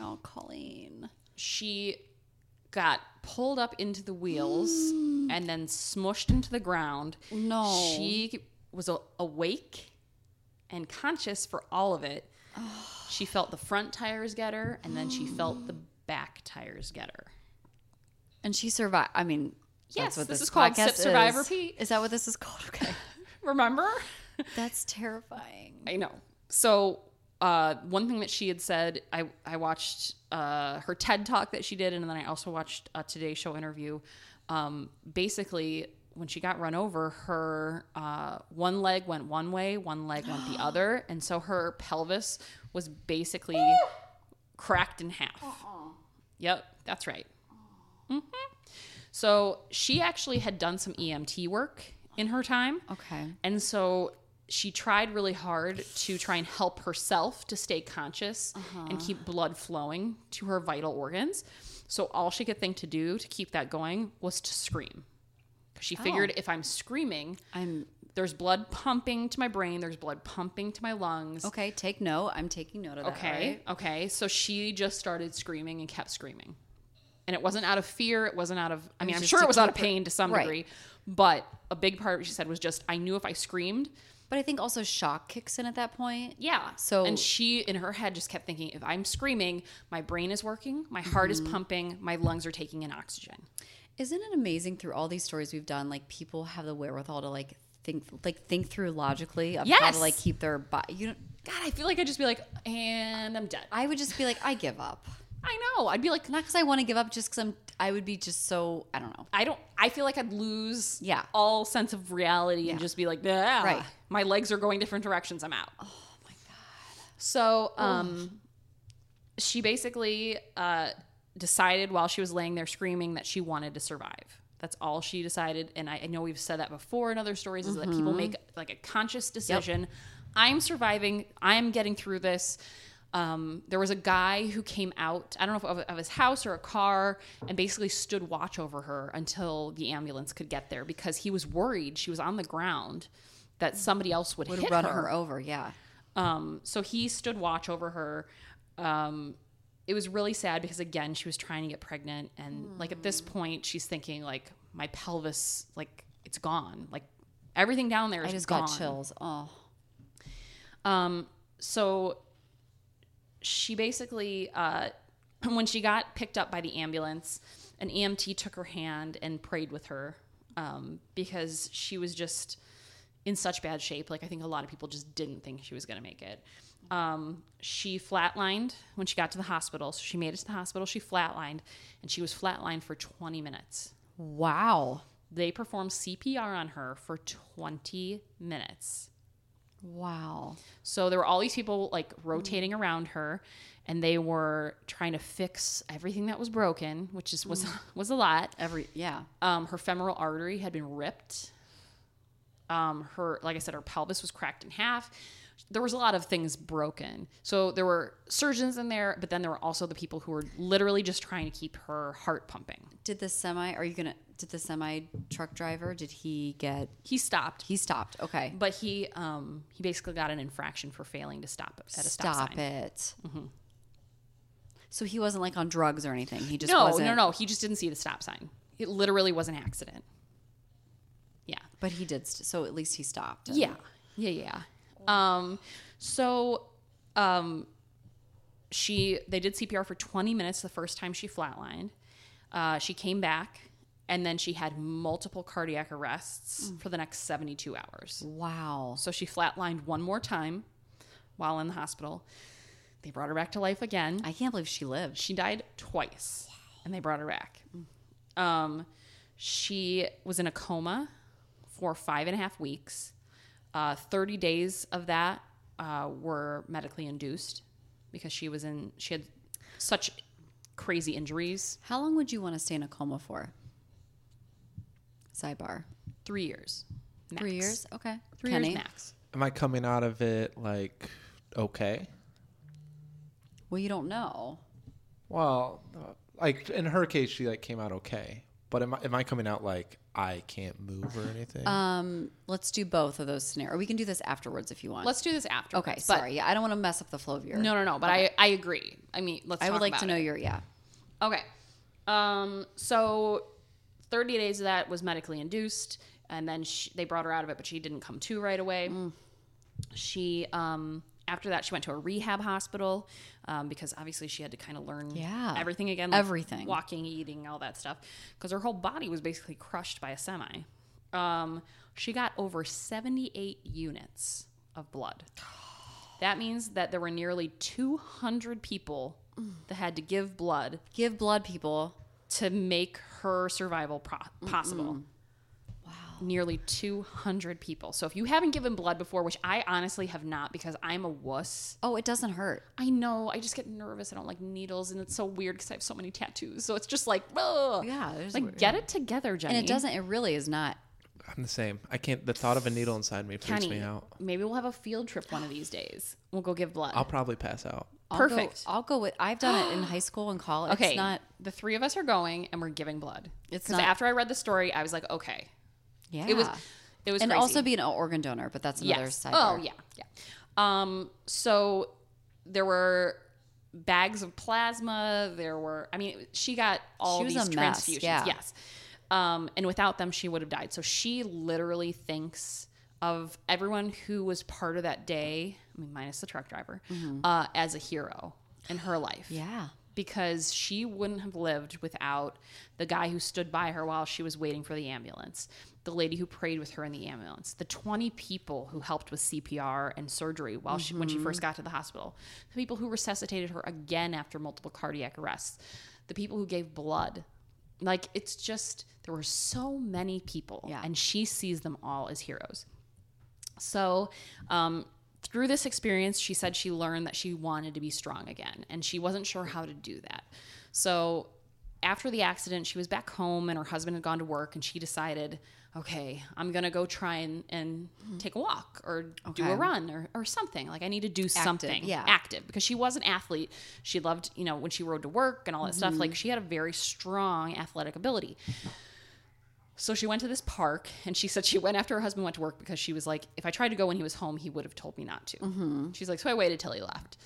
S3: Oh, Colleen.
S2: She got pulled up into the wheels and then smushed into the ground.
S3: No.
S2: She was a- awake and conscious for all of it. she felt the front tires get her and then she felt the back tires get her.
S3: And she survived. I mean,
S2: Yes,
S3: that's what
S2: this
S3: this,
S2: is called
S3: podcast
S2: Sip, Survive,
S3: is.
S2: Repeat.
S3: Is that what this is called? Okay,
S2: Remember?
S3: that's terrifying.
S2: I know. So uh, one thing that she had said, I I watched uh, her TED talk that she did, and then I also watched a Today Show interview. Um, basically, when she got run over, her uh, one leg went one way, one leg went the other, and so her pelvis was basically cracked in half. Yep, that's right. Mhm. So she actually had done some EMT work in her time.
S3: Okay.
S2: And so she tried really hard to try and help herself to stay conscious
S3: Uh-huh.
S2: and keep blood flowing to her vital organs. So all she could think to do to keep that going was to scream. 'Cause
S3: Oh.
S2: She figured if I'm screaming,
S3: I'm
S2: there's blood pumping to my brain, there's blood pumping to my lungs.
S3: okay. Take note. I'm taking note of that.
S2: Okay.
S3: right?
S2: Okay. So she just started screaming and kept screaming. And it wasn't out of fear. It wasn't out of, I mean, I'm
S3: just
S2: sure
S3: to
S2: it was out of
S3: keep her-
S2: pain to some
S3: Right.
S2: degree, but a big part of what she said was just, I knew if I screamed,
S3: But I think also shock kicks in at that point.
S2: yeah.
S3: So-
S2: and she in her head just kept thinking, if I'm screaming, my brain is working, my heart is pumping, my lungs are taking in oxygen.
S3: Isn't it amazing through all these stories we've done? Like people have the wherewithal to like think, like think through logically of how
S2: Yes!
S3: to like keep their body. You know,
S2: God, I feel like I'd just be like, and I'm dead. I,
S3: I would just be like, I give up.
S2: I know. I'd be like,
S3: Not because I want to give up, just because I'm. I would be just so. I don't know.
S2: I don't. I feel like I'd lose
S3: Yeah.
S2: all sense of reality and just be like, yeah,
S3: Right.
S2: My legs are going different directions. I'm out. Oh my god. So, um, she basically uh, decided while she was laying there screaming that she wanted to survive. That's all she decided. And I, I know we've said that before in other stories is that people make like a conscious decision. I'm surviving. I'm getting through this. Um, there was a guy who came out, I don't know if of, of his house or a car, and basically stood watch over her until the ambulance could get there because he was worried she was on the ground that somebody else would, hit
S3: Run
S2: her.
S3: her over. Yeah.
S2: Um, so he stood watch over her. Um, it was really sad because again, she was trying to get pregnant, and like at this
S3: Hmm.
S2: point, she's thinking like my pelvis, like it's gone, like everything down there is
S3: I just
S2: gone.
S3: got chills. Oh.
S2: Um, so she basically, uh, when she got picked up by the ambulance, an EMT took her hand and prayed with her um, because she was just in such bad shape. Like, I think a lot of people just didn't think she was going to make it. Um, she flatlined when she got to the hospital. So she made it to the hospital. She flatlined and she was flatlined for 20 minutes.
S3: Wow.
S2: They performed CPR on her for 20 minutes.
S3: Wow.
S2: So there were all these people like rotating around her, and they were trying to fix everything that was broken, which is was was a lot.
S3: Every yeah.
S2: Um, her femoral artery had been ripped. Um, her, like I said, her pelvis was cracked in half. There was a lot of things broken. So there were surgeons in there, but then there were also the people who were literally just trying to keep her heart pumping.
S3: Did the semi? Are you gonna? Did the semi truck driver? Did he get?
S2: He stopped,
S3: He stopped. Okay.
S2: but he um, he basically got an infraction for failing to stop at a stop, sign.
S3: it. Mm-hmm. So he wasn't like on drugs or anything. He just
S2: no,
S3: wasn't.
S2: no, no. He just didn't see the stop sign. It literally was an accident. Yeah.
S3: But he did. St- so at least he stopped. and-
S2: Yeah. Yeah. Yeah. Um, so, um, she, they did CPR for 20 minutes the first time she flatlined. Uh, she came back and then she had multiple cardiac arrests for the next 72 hours.
S3: Wow.
S2: So she flatlined one more time while in the hospital. They brought her back to life again.
S3: I can't believe she lived.
S2: She died twice, and they brought her back. Um, she was in a coma for five and a half weeks. Uh, Thirty days of that uh, were medically induced because she was in. She had such crazy injuries.
S3: How long would you want to stay in a coma for? Sidebar.
S2: Three years. Max.
S3: Three years. Okay.
S2: Three
S3: Kenny?
S2: years max.
S4: Am I coming out of it like okay?
S3: Well, you don't know.
S4: Well, uh, like in her case, she like came out okay. But am I, am I coming out like I can't move or anything?
S2: Uh,
S3: Um, let's do both of those scenarios. We can do this afterwards if you want.
S2: Let's do this after.
S3: Okay. sorry. Yeah, I don't want to mess up the flow of your.
S2: No, no, no. But I, I agree. I mean, let's.
S3: I would
S2: talk
S3: like
S2: about
S3: to
S2: it.
S3: know your yeah.
S2: Okay. Um, so 30 days of that was medically induced, and then she, they brought her out of it, but she didn't come to right away.
S3: Mm.
S2: She, um, after that, she went to a rehab hospital um, because obviously she had to kind of learn
S3: Yeah.
S2: everything again like
S3: Everything.
S2: walking, eating, all that stuff because her whole body was basically crushed by a semi. Um, she got over 78 units of blood. That means that there were nearly 200 people that had to give blood
S3: Give blood, people.
S2: to make her survival pro- possible. Wow. Nearly 200 people. So if you haven't given blood before, which I honestly have not because I'm a wuss,
S3: Oh, it doesn't hurt.
S2: I know I just get nervous. I don't like needles, and it's so weird because I have so many tattoos. So it's just like, ugh.
S3: Yeah, there's
S2: like
S3: weird-
S2: get it together, Jenny.
S3: And it doesn't. It really is not.
S4: I'm the same. I can't. The thought of a needle inside me freaks
S2: Kenny,
S4: me out.
S2: Maybe we'll have a field trip one of these days. We'll go give blood.
S4: I'll probably pass out.
S3: I'll go-
S2: Perfect.
S3: I'll go with. I've done it in high school and college.
S2: okay,
S3: It's not.
S2: the three of us are going, and we're giving blood.
S3: It's
S2: because
S3: not-
S2: after I read the story, I was like, okay,
S3: Yeah.
S2: it was, it was,
S3: and
S2: crazy.
S3: also be an organ donor, but that's another
S2: Yes.
S3: side.
S2: Oh yeah, yeah. Um, so there were bags of plasma. There were, I mean, she got all
S3: She was
S2: these
S3: a mess,
S2: transfusions.
S3: yeah.
S2: Yes. Um, and without them, she would have died. So she literally thinks of everyone who was part of that day. I mean, minus the truck driver, uh, as a hero in her life
S3: Mm-hmm. Yeah.
S2: because she wouldn't have lived without the guy who stood by her while she was waiting for the ambulance, the lady who prayed with her in the ambulance, the 20 people who helped with CPR and surgery while she when she first got to the hospital, the people who resuscitated her again after multiple cardiac arrests, the people who gave blood. Like it's just there were so many people
S3: Yeah.
S2: and she sees them all as heroes. So, um, through this experience, she said she learned that she wanted to be strong again, and she wasn't sure how to do that. So, after the accident, she was back home, and her husband had gone to work, and she decided, okay, I'm gonna go try and, and take a walk or do
S3: Mm-hmm. Okay.
S2: a run or, or something. Like, I need to do something
S3: yeah.
S2: active because she was an athlete. She loved, you know, when she rode to work and all that stuff.
S3: Mm-hmm.
S2: Like, she had a very strong athletic ability. So she went to this park and she said she went after her husband went to work because she was like, if I tried to go when he was home, he would have told me not to.
S3: Mm-hmm.
S2: She's like, so I waited till he left.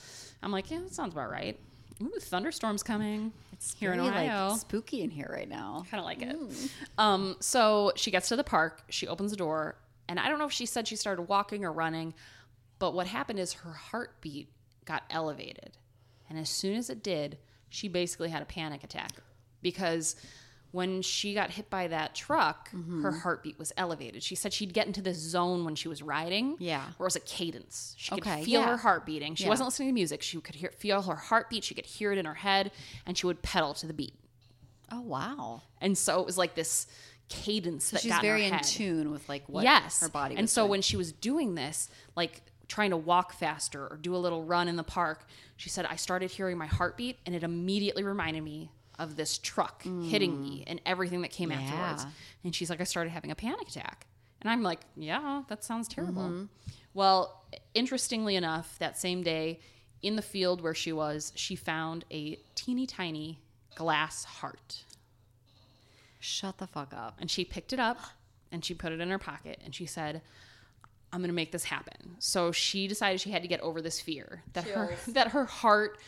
S2: I'm like, yeah, that sounds about right. Ooh, thunderstorms coming. It's here in
S3: Very, like,
S2: Ohio.
S3: spooky in here right now.
S2: kind of like it.
S3: Mm.
S2: Um, so she gets to the park, she opens the door, and I don't know if she said she started walking or running, but what happened is her heartbeat got elevated. And as soon as it did, she basically had a panic attack because when she got hit by that truck,
S3: Mm-hmm.
S2: her heartbeat was elevated. She said she'd get into this zone when she was riding.
S3: Yeah.
S2: Where it was a cadence. She could
S3: Okay,
S2: feel
S3: yeah.
S2: her heart beating. She
S3: Yeah.
S2: wasn't listening to music. She could hear, feel her heartbeat. She could hear it in her head, and she would pedal to the beat.
S3: Oh wow.
S2: And so it was like this cadence that
S3: she's
S2: got in her
S3: very in
S2: head.
S3: tune with like what
S2: yes
S3: her body.
S2: and
S3: was
S2: so
S3: doing.
S2: when she was doing this like trying to walk faster or do a little run in the park she said i started hearing my heartbeat and it immediately reminded me of this truck hitting me and everything that came afterwards
S3: Mm. Yeah.
S2: and she's like i started having a panic attack and i'm like yeah that sounds terrible
S3: Mm-hmm.
S2: well interestingly enough that same day in the field where she was she found a teeny tiny glass heart
S3: shut the fuck up.
S2: and she picked it up and she put it in her pocket and she said i'm going to make this happen so she decided she had to get over this fear that her that her heart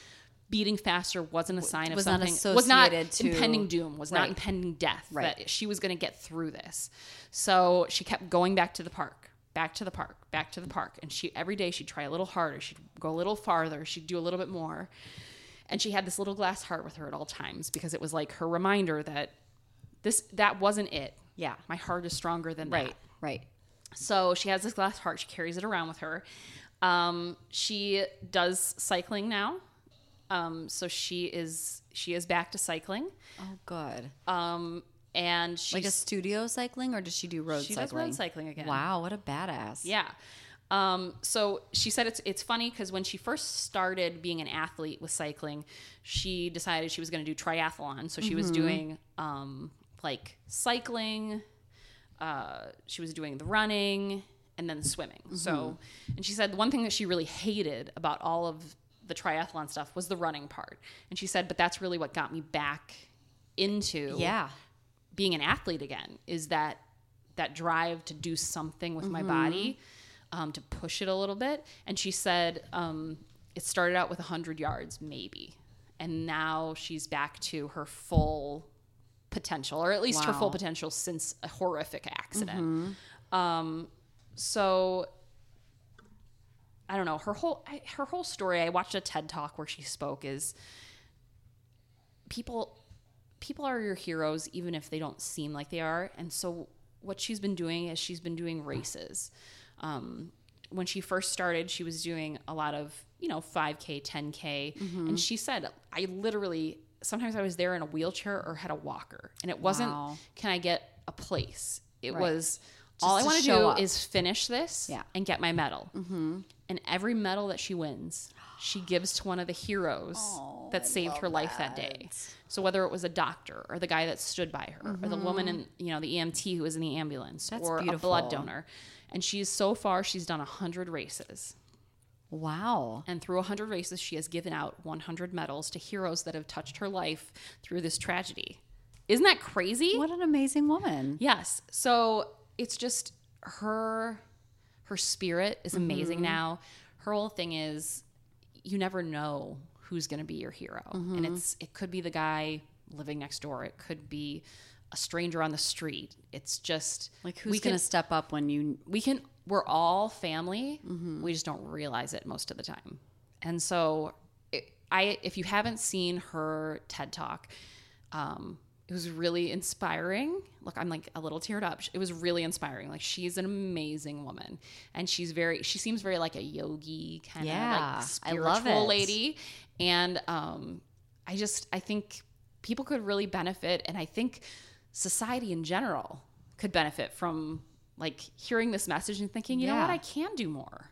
S2: beating faster wasn't a sign
S3: was
S2: of
S3: not
S2: something was not
S3: associated to-
S2: impending doom was not
S3: Right.
S2: impending death
S3: Right.
S2: that she was going to get through this so she kept going back to the park back to the park back to the park and she every day she'd try a little harder she'd go a little farther she'd do a little bit more and she had this little glass heart with her at all times because it was like her reminder that this that wasn't it.
S3: Yeah.
S2: My heart is stronger than
S3: Right,
S2: that.
S3: right.
S2: So she has this glass heart. She carries it around with her. Um, she does cycling now. Um, so she is she is back to cycling,
S3: Oh, good.
S2: and Uh, she's,
S3: like a studio cycling, or does she do road
S2: she
S3: cycling?
S2: does road cycling again.
S3: Wow, what a badass.
S2: Yeah. Um, so she said it's it's funny because when she first started being an athlete with cycling, she decided she was going to do triathlon. So she was doing um, like cycling, uh, she was doing the running, and then swimming. So, and she said the one thing that she really hated about all of the triathlon stuff was the running part. And she said, but that's really what got me back into
S3: Yeah.
S2: being an athlete again is that that drive to do something with my body um, to push it a little bit and she said um, it started out with 100 yards maybe and now she's back to her full potential or at least her full
S3: Wow.
S2: potential since a horrific accident um, so i don't know her whole I- her whole story i watched a ted talk where she spoke is people people are your heroes even if they don't seem like they are and so what she's been doing is she's been doing races um, when she first started she was doing a lot of you know 5k 10k
S3: Mm-hmm.
S2: and she said i literally sometimes i was there in a wheelchair or had a walker and it wasn't
S3: Wow.
S2: can i get a place it
S3: Right.
S2: was all i
S3: to
S2: want to
S3: show
S2: do
S3: up.
S2: is finish this
S3: Yeah. Mm-hmm.
S2: and get my medal and every medal that she wins she gives to one of the heroes
S3: Oh,
S2: that saved her life that. day so whether it was a doctor or the guy that stood by her or the
S3: Mm-hmm.
S2: woman in you know the emt who was in the ambulance
S3: That's
S2: or
S3: beautiful.
S2: a blood donor and she's so far she's done 100 races
S3: Wow.
S2: and through 100 races she has given out 100 medals to heroes that have touched her life through this tragedy isn't that crazy
S3: What an amazing woman.
S2: Yes. So it's just her her spirit
S3: Mm-hmm.
S2: is amazing now. Her whole thing is you never know who's going to be your hero. And
S3: Mm-hmm.
S2: it's it could be the guy living next door. It could be a stranger on the street. It's just
S3: Like
S2: we
S3: who's
S2: can
S3: going to step up when you
S2: we can we're all family
S3: Mm-hmm.
S2: we just don't realize it most of the time and so it, i if you haven't seen her ted talk um it was really inspiring look i'm like a little teared up it was really inspiring like she's an amazing woman and she's very she seems very like a yogi kind of
S3: Yeah,
S2: like
S3: I
S2: spiritual
S3: love it.
S2: lady and um i just i think people could really benefit and i think society in general could benefit from like hearing this message and thinking you know what
S3: Yeah.
S2: i can do more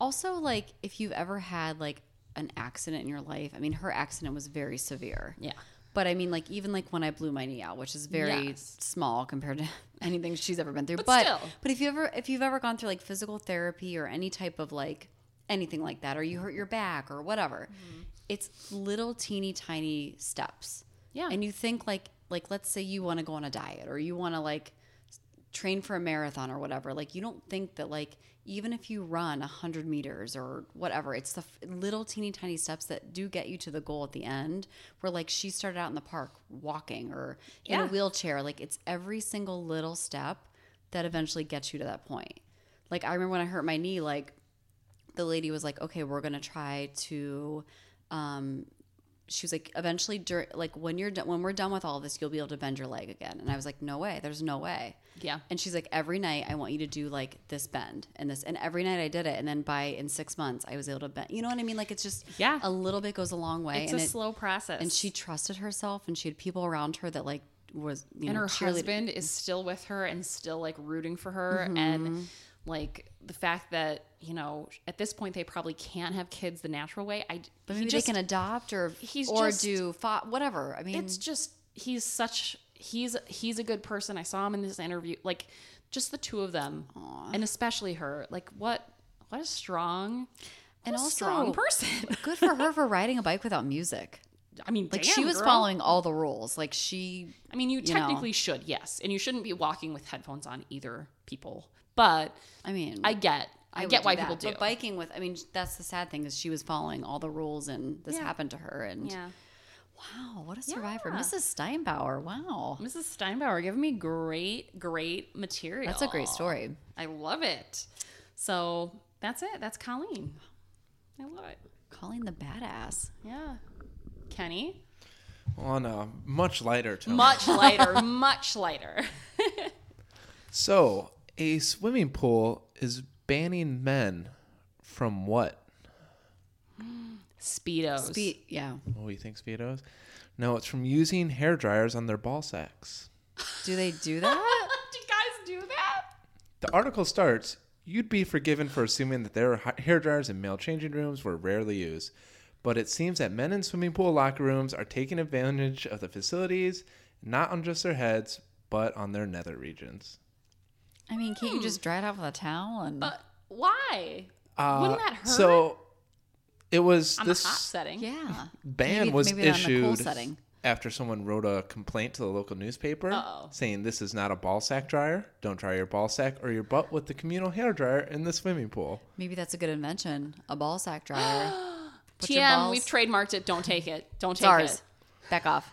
S3: Also, like, if you've ever had like an accident in your life, I mean, her accident was very severe.
S2: yeah
S3: But I mean, like, even like when I blew my knee out, which is very
S2: Yes.
S3: small compared to anything she's ever been through. But
S2: But
S3: but,
S2: still.
S3: if you ever if you've ever gone through like physical therapy or any type of like anything like that, or you hurt your back or whatever,
S2: Mm-hmm.
S3: it's little teeny tiny steps.
S2: Yeah.
S3: And you think like like let's say you want to go on a diet or you want to like train for a marathon or whatever like you don't think that like even if you run 100 meters or whatever it's the f- little teeny tiny steps that do get you to the goal at the end where like she started out in the park walking or in
S2: Yeah.
S3: a wheelchair like it's every single little step that eventually gets you to that point like i remember when i hurt my knee like the lady was like okay we're gonna try to um she was like eventually dur- like when you're done when we're done with all this you'll be able to bend your leg again and i was like no way there's no way
S2: yeah
S3: and she's like, every night I want you to do like this bend and this. And every night I did it. And then by in six months, I was able to bend. You know what I mean? Like it's just,
S2: Yeah.
S3: a little bit goes a long way.
S2: it's
S3: and
S2: a
S3: it-
S2: slow process
S3: And she trusted herself and she had people around her that like was you
S2: and
S3: know,
S2: her
S3: cheerlead-
S2: husband is still with her and still like rooting for her and like the fact that you know at this point they probably can't have kids the natural way i
S3: But
S2: he
S3: maybe
S2: just-
S3: they can adopt or
S2: he's
S3: or
S2: just-
S3: do fo- whatever. I mean,
S2: it's just he's such he's he's a good person i saw him in this interview like just the two of them and especially her like what what a strong and
S3: And
S2: a
S3: also-
S2: strong person
S3: good for her for riding a bike without music.
S2: i mean
S3: Like
S2: damn,
S3: she was
S2: girl.
S3: following all the rules. Like she,
S2: I mean, you,
S3: know.
S2: technically should, yes, and you shouldn't be walking with headphones on either, people. But
S3: I mean,
S2: I get, I,
S3: would
S2: get why
S3: that.
S2: people do.
S3: But biking with, I mean, that's the sad thing is she was following all the rules, and this happened to her. And
S2: yeah,
S3: wow, what a survivor,
S2: Yeah.
S3: Mrs. Steinbauer. Wow,
S2: Mrs. Steinbauer giving me great, great material.
S3: that's a great story.
S2: I love it. So that's it. That's Colleen. I love it.
S3: Calling the badass.
S2: Yeah, Kenny,
S4: On a much lighter tone.
S2: much lighter, much lighter.
S4: so, a swimming pool is banning men from what?
S2: Speedos.
S3: Be- yeah.
S4: Oh, you think speedos? No, it's from using hair dryers on their ball sacks.
S3: Do they do that?
S2: do you guys do that?
S4: The article starts You'd be forgiven for assuming that their hair dryers in male changing rooms were rarely used, but it seems that men in swimming pool locker rooms are taking advantage of the facilities, not on just their heads, but on their nether regions.
S3: I mean, can't you just dry it off with a towel and?
S2: But Uh, why?
S4: Uh,
S2: Wouldn't that hurt?
S4: So it was
S2: on
S4: this
S2: the hot setting.
S3: yeah.
S4: ban
S3: Maybe-
S4: was
S3: maybe not in the
S4: issued
S3: cool setting.
S4: after someone wrote a complaint to the local newspaper
S2: Uh-oh.
S4: saying this is not a ball sack dryer. Don't dry your ball sack or your butt with the communal hair dryer in the swimming pool.
S3: Maybe that's a good invention. A ball sack dryer. Put your
S2: TM,
S3: balls-
S2: we've trademarked it. Don't take it. Don't take
S3: Stars.
S2: it.
S3: Back off.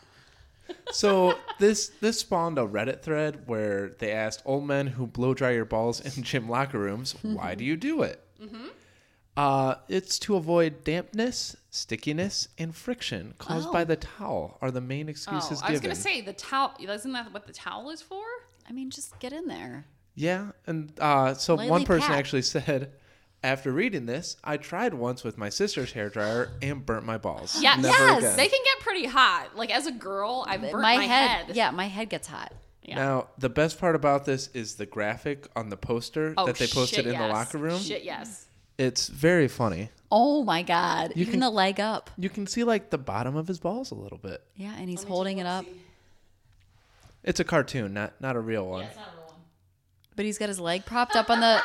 S4: So this this spawned a Reddit thread where they asked old men who blow dry your balls in gym locker rooms, why do you do it?
S2: Mm-hmm.
S4: Uh, it's to avoid dampness, stickiness, and friction caused by the towel are the main excuses
S2: Oh. I was
S4: given.
S2: gonna say the towel. Isn't that what the towel is for?
S3: I mean, just get in there.
S4: Yeah, and uh, so
S3: Lightly
S4: one person
S3: packed.
S4: actually said, after reading this, I tried once with my sister's hair dryer and burnt my balls.
S2: Yeah,
S4: Never
S2: yes.
S4: again.
S2: They can get pretty hot. Like as a girl, I've burnt my, head.
S3: Yeah, my head gets hot.
S2: Yeah.
S4: Now the best part about this is the graphic on the poster
S2: Oh,
S4: that they posted
S2: shit,
S4: in the
S2: yes.
S4: locker room.
S2: Shit, yes.
S4: It's very funny.
S3: Oh my god. Even
S4: can-
S3: the leg up.
S4: You can see like the bottom of his balls a little bit.
S3: Yeah, and he's holding it up,
S4: It's a cartoon, not not a real one.
S2: That's not a real one.
S3: but he's got his leg propped up on the.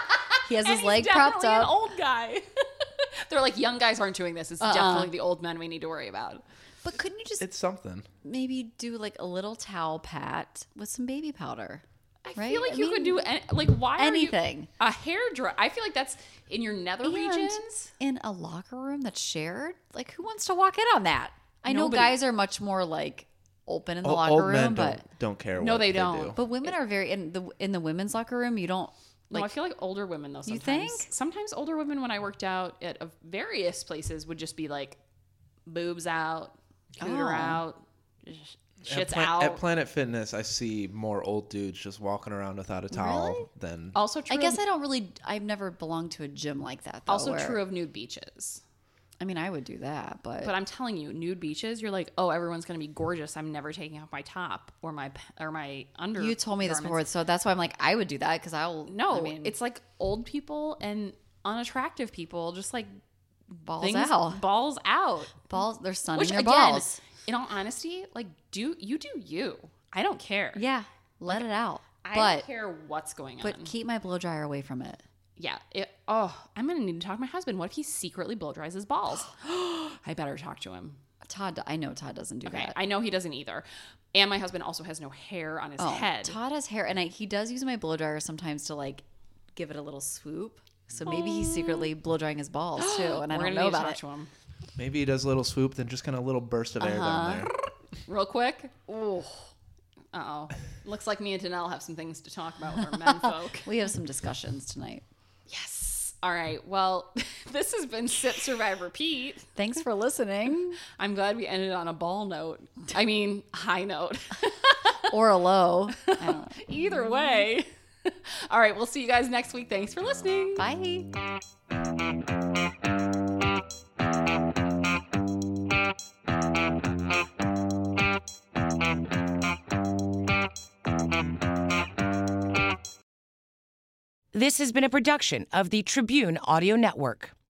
S3: He has his
S2: He's
S3: leg propped
S2: definitely an
S3: up.
S2: old guy. Uh-uh. They're like young guys aren't doing this. It's definitely the old men we need to worry about.
S3: But couldn't you just
S4: It's something.
S3: maybe do like a little towel pat with some baby powder?
S2: I
S3: Right?
S2: feel like
S3: I
S2: you could do an- like why Are you,
S3: anything.
S2: a hair dry. I feel like that's in your nether
S3: And
S2: regions.
S3: in a locker room that's shared, like who wants to walk in on that? I
S2: Nobody.
S3: know guys are much more like open in the
S4: O-
S3: locker
S4: old
S3: room,
S4: men
S3: but
S4: don't, don't care.
S2: No,
S4: what
S2: they
S4: they,
S2: don't.
S4: do.
S3: but women are very in the in the women's locker room. You don't
S2: No, Oh, I
S3: like
S2: feel like older women though.
S3: You
S2: Sometimes.
S3: think?
S2: Sometimes older women, when I worked out at uh, various places, would just be like, boobs out, cooter
S3: Oh.
S2: out, sh-
S4: at,
S2: shit's
S4: Pla-
S2: out.
S4: at Planet Fitness, I see more old dudes just walking around without a towel than
S2: also true.
S3: I guess
S2: of-
S3: I don't really. I've never belonged to a gym like that. Though,
S2: also
S3: where-
S2: true of nude beaches.
S3: I mean, I would do that, but,
S2: But I'm telling you, nude beaches, you're like, oh, everyone's gonna be gorgeous. I'm never taking off my top or my p- or my under.
S3: you told me this
S2: garments."
S3: before, so that's why I'm like, I would do that because I'll.
S2: No,
S3: I mean,
S2: it's like old people and unattractive people, just like
S3: balls
S2: things
S3: out.
S2: balls out.
S3: Balls. They're sunning
S2: Which
S3: their
S2: again,
S3: balls.
S2: in all honesty, like do you do you? I don't care.
S3: Yeah, let it out.
S2: I
S3: but
S2: don't care what's going
S3: but
S2: on.
S3: keep my blow dryer away from it.
S2: yeah. It, oh, I'm gonna need to talk to my husband. What if he secretly blow dries his balls? I better talk to him.
S3: Todd, I know Todd doesn't do
S2: Okay.
S3: that.
S2: I know he doesn't either. And my husband also has no hair on his
S3: Oh,
S2: head.
S3: Todd has hair, and I, he does use my blow dryer sometimes to like give it a little swoop. So maybe he's secretly blow drying his balls too, and I
S2: Oh. We're gonna
S3: don't know
S2: need to
S3: about
S2: talk
S3: it.
S2: to him
S4: maybe he does a little swoop, then just kind of a little burst of air
S2: Uh-huh.
S4: down there.
S2: real quick. Ooh. Uh oh. Looks like me and Danelle have some things to talk about with our men folk.
S3: We have some discussions tonight.
S2: Yes. All right. Well, this has been Sit Survive Repeat.
S3: Thanks for listening,
S2: I'm glad we ended on a ball note. I mean, high note.
S3: or a low. I don't know.
S2: Either way. All right, we'll see you guys next week. Thanks for listening.
S3: Bye.
S1: This has been a production of the Tribune Audio Network.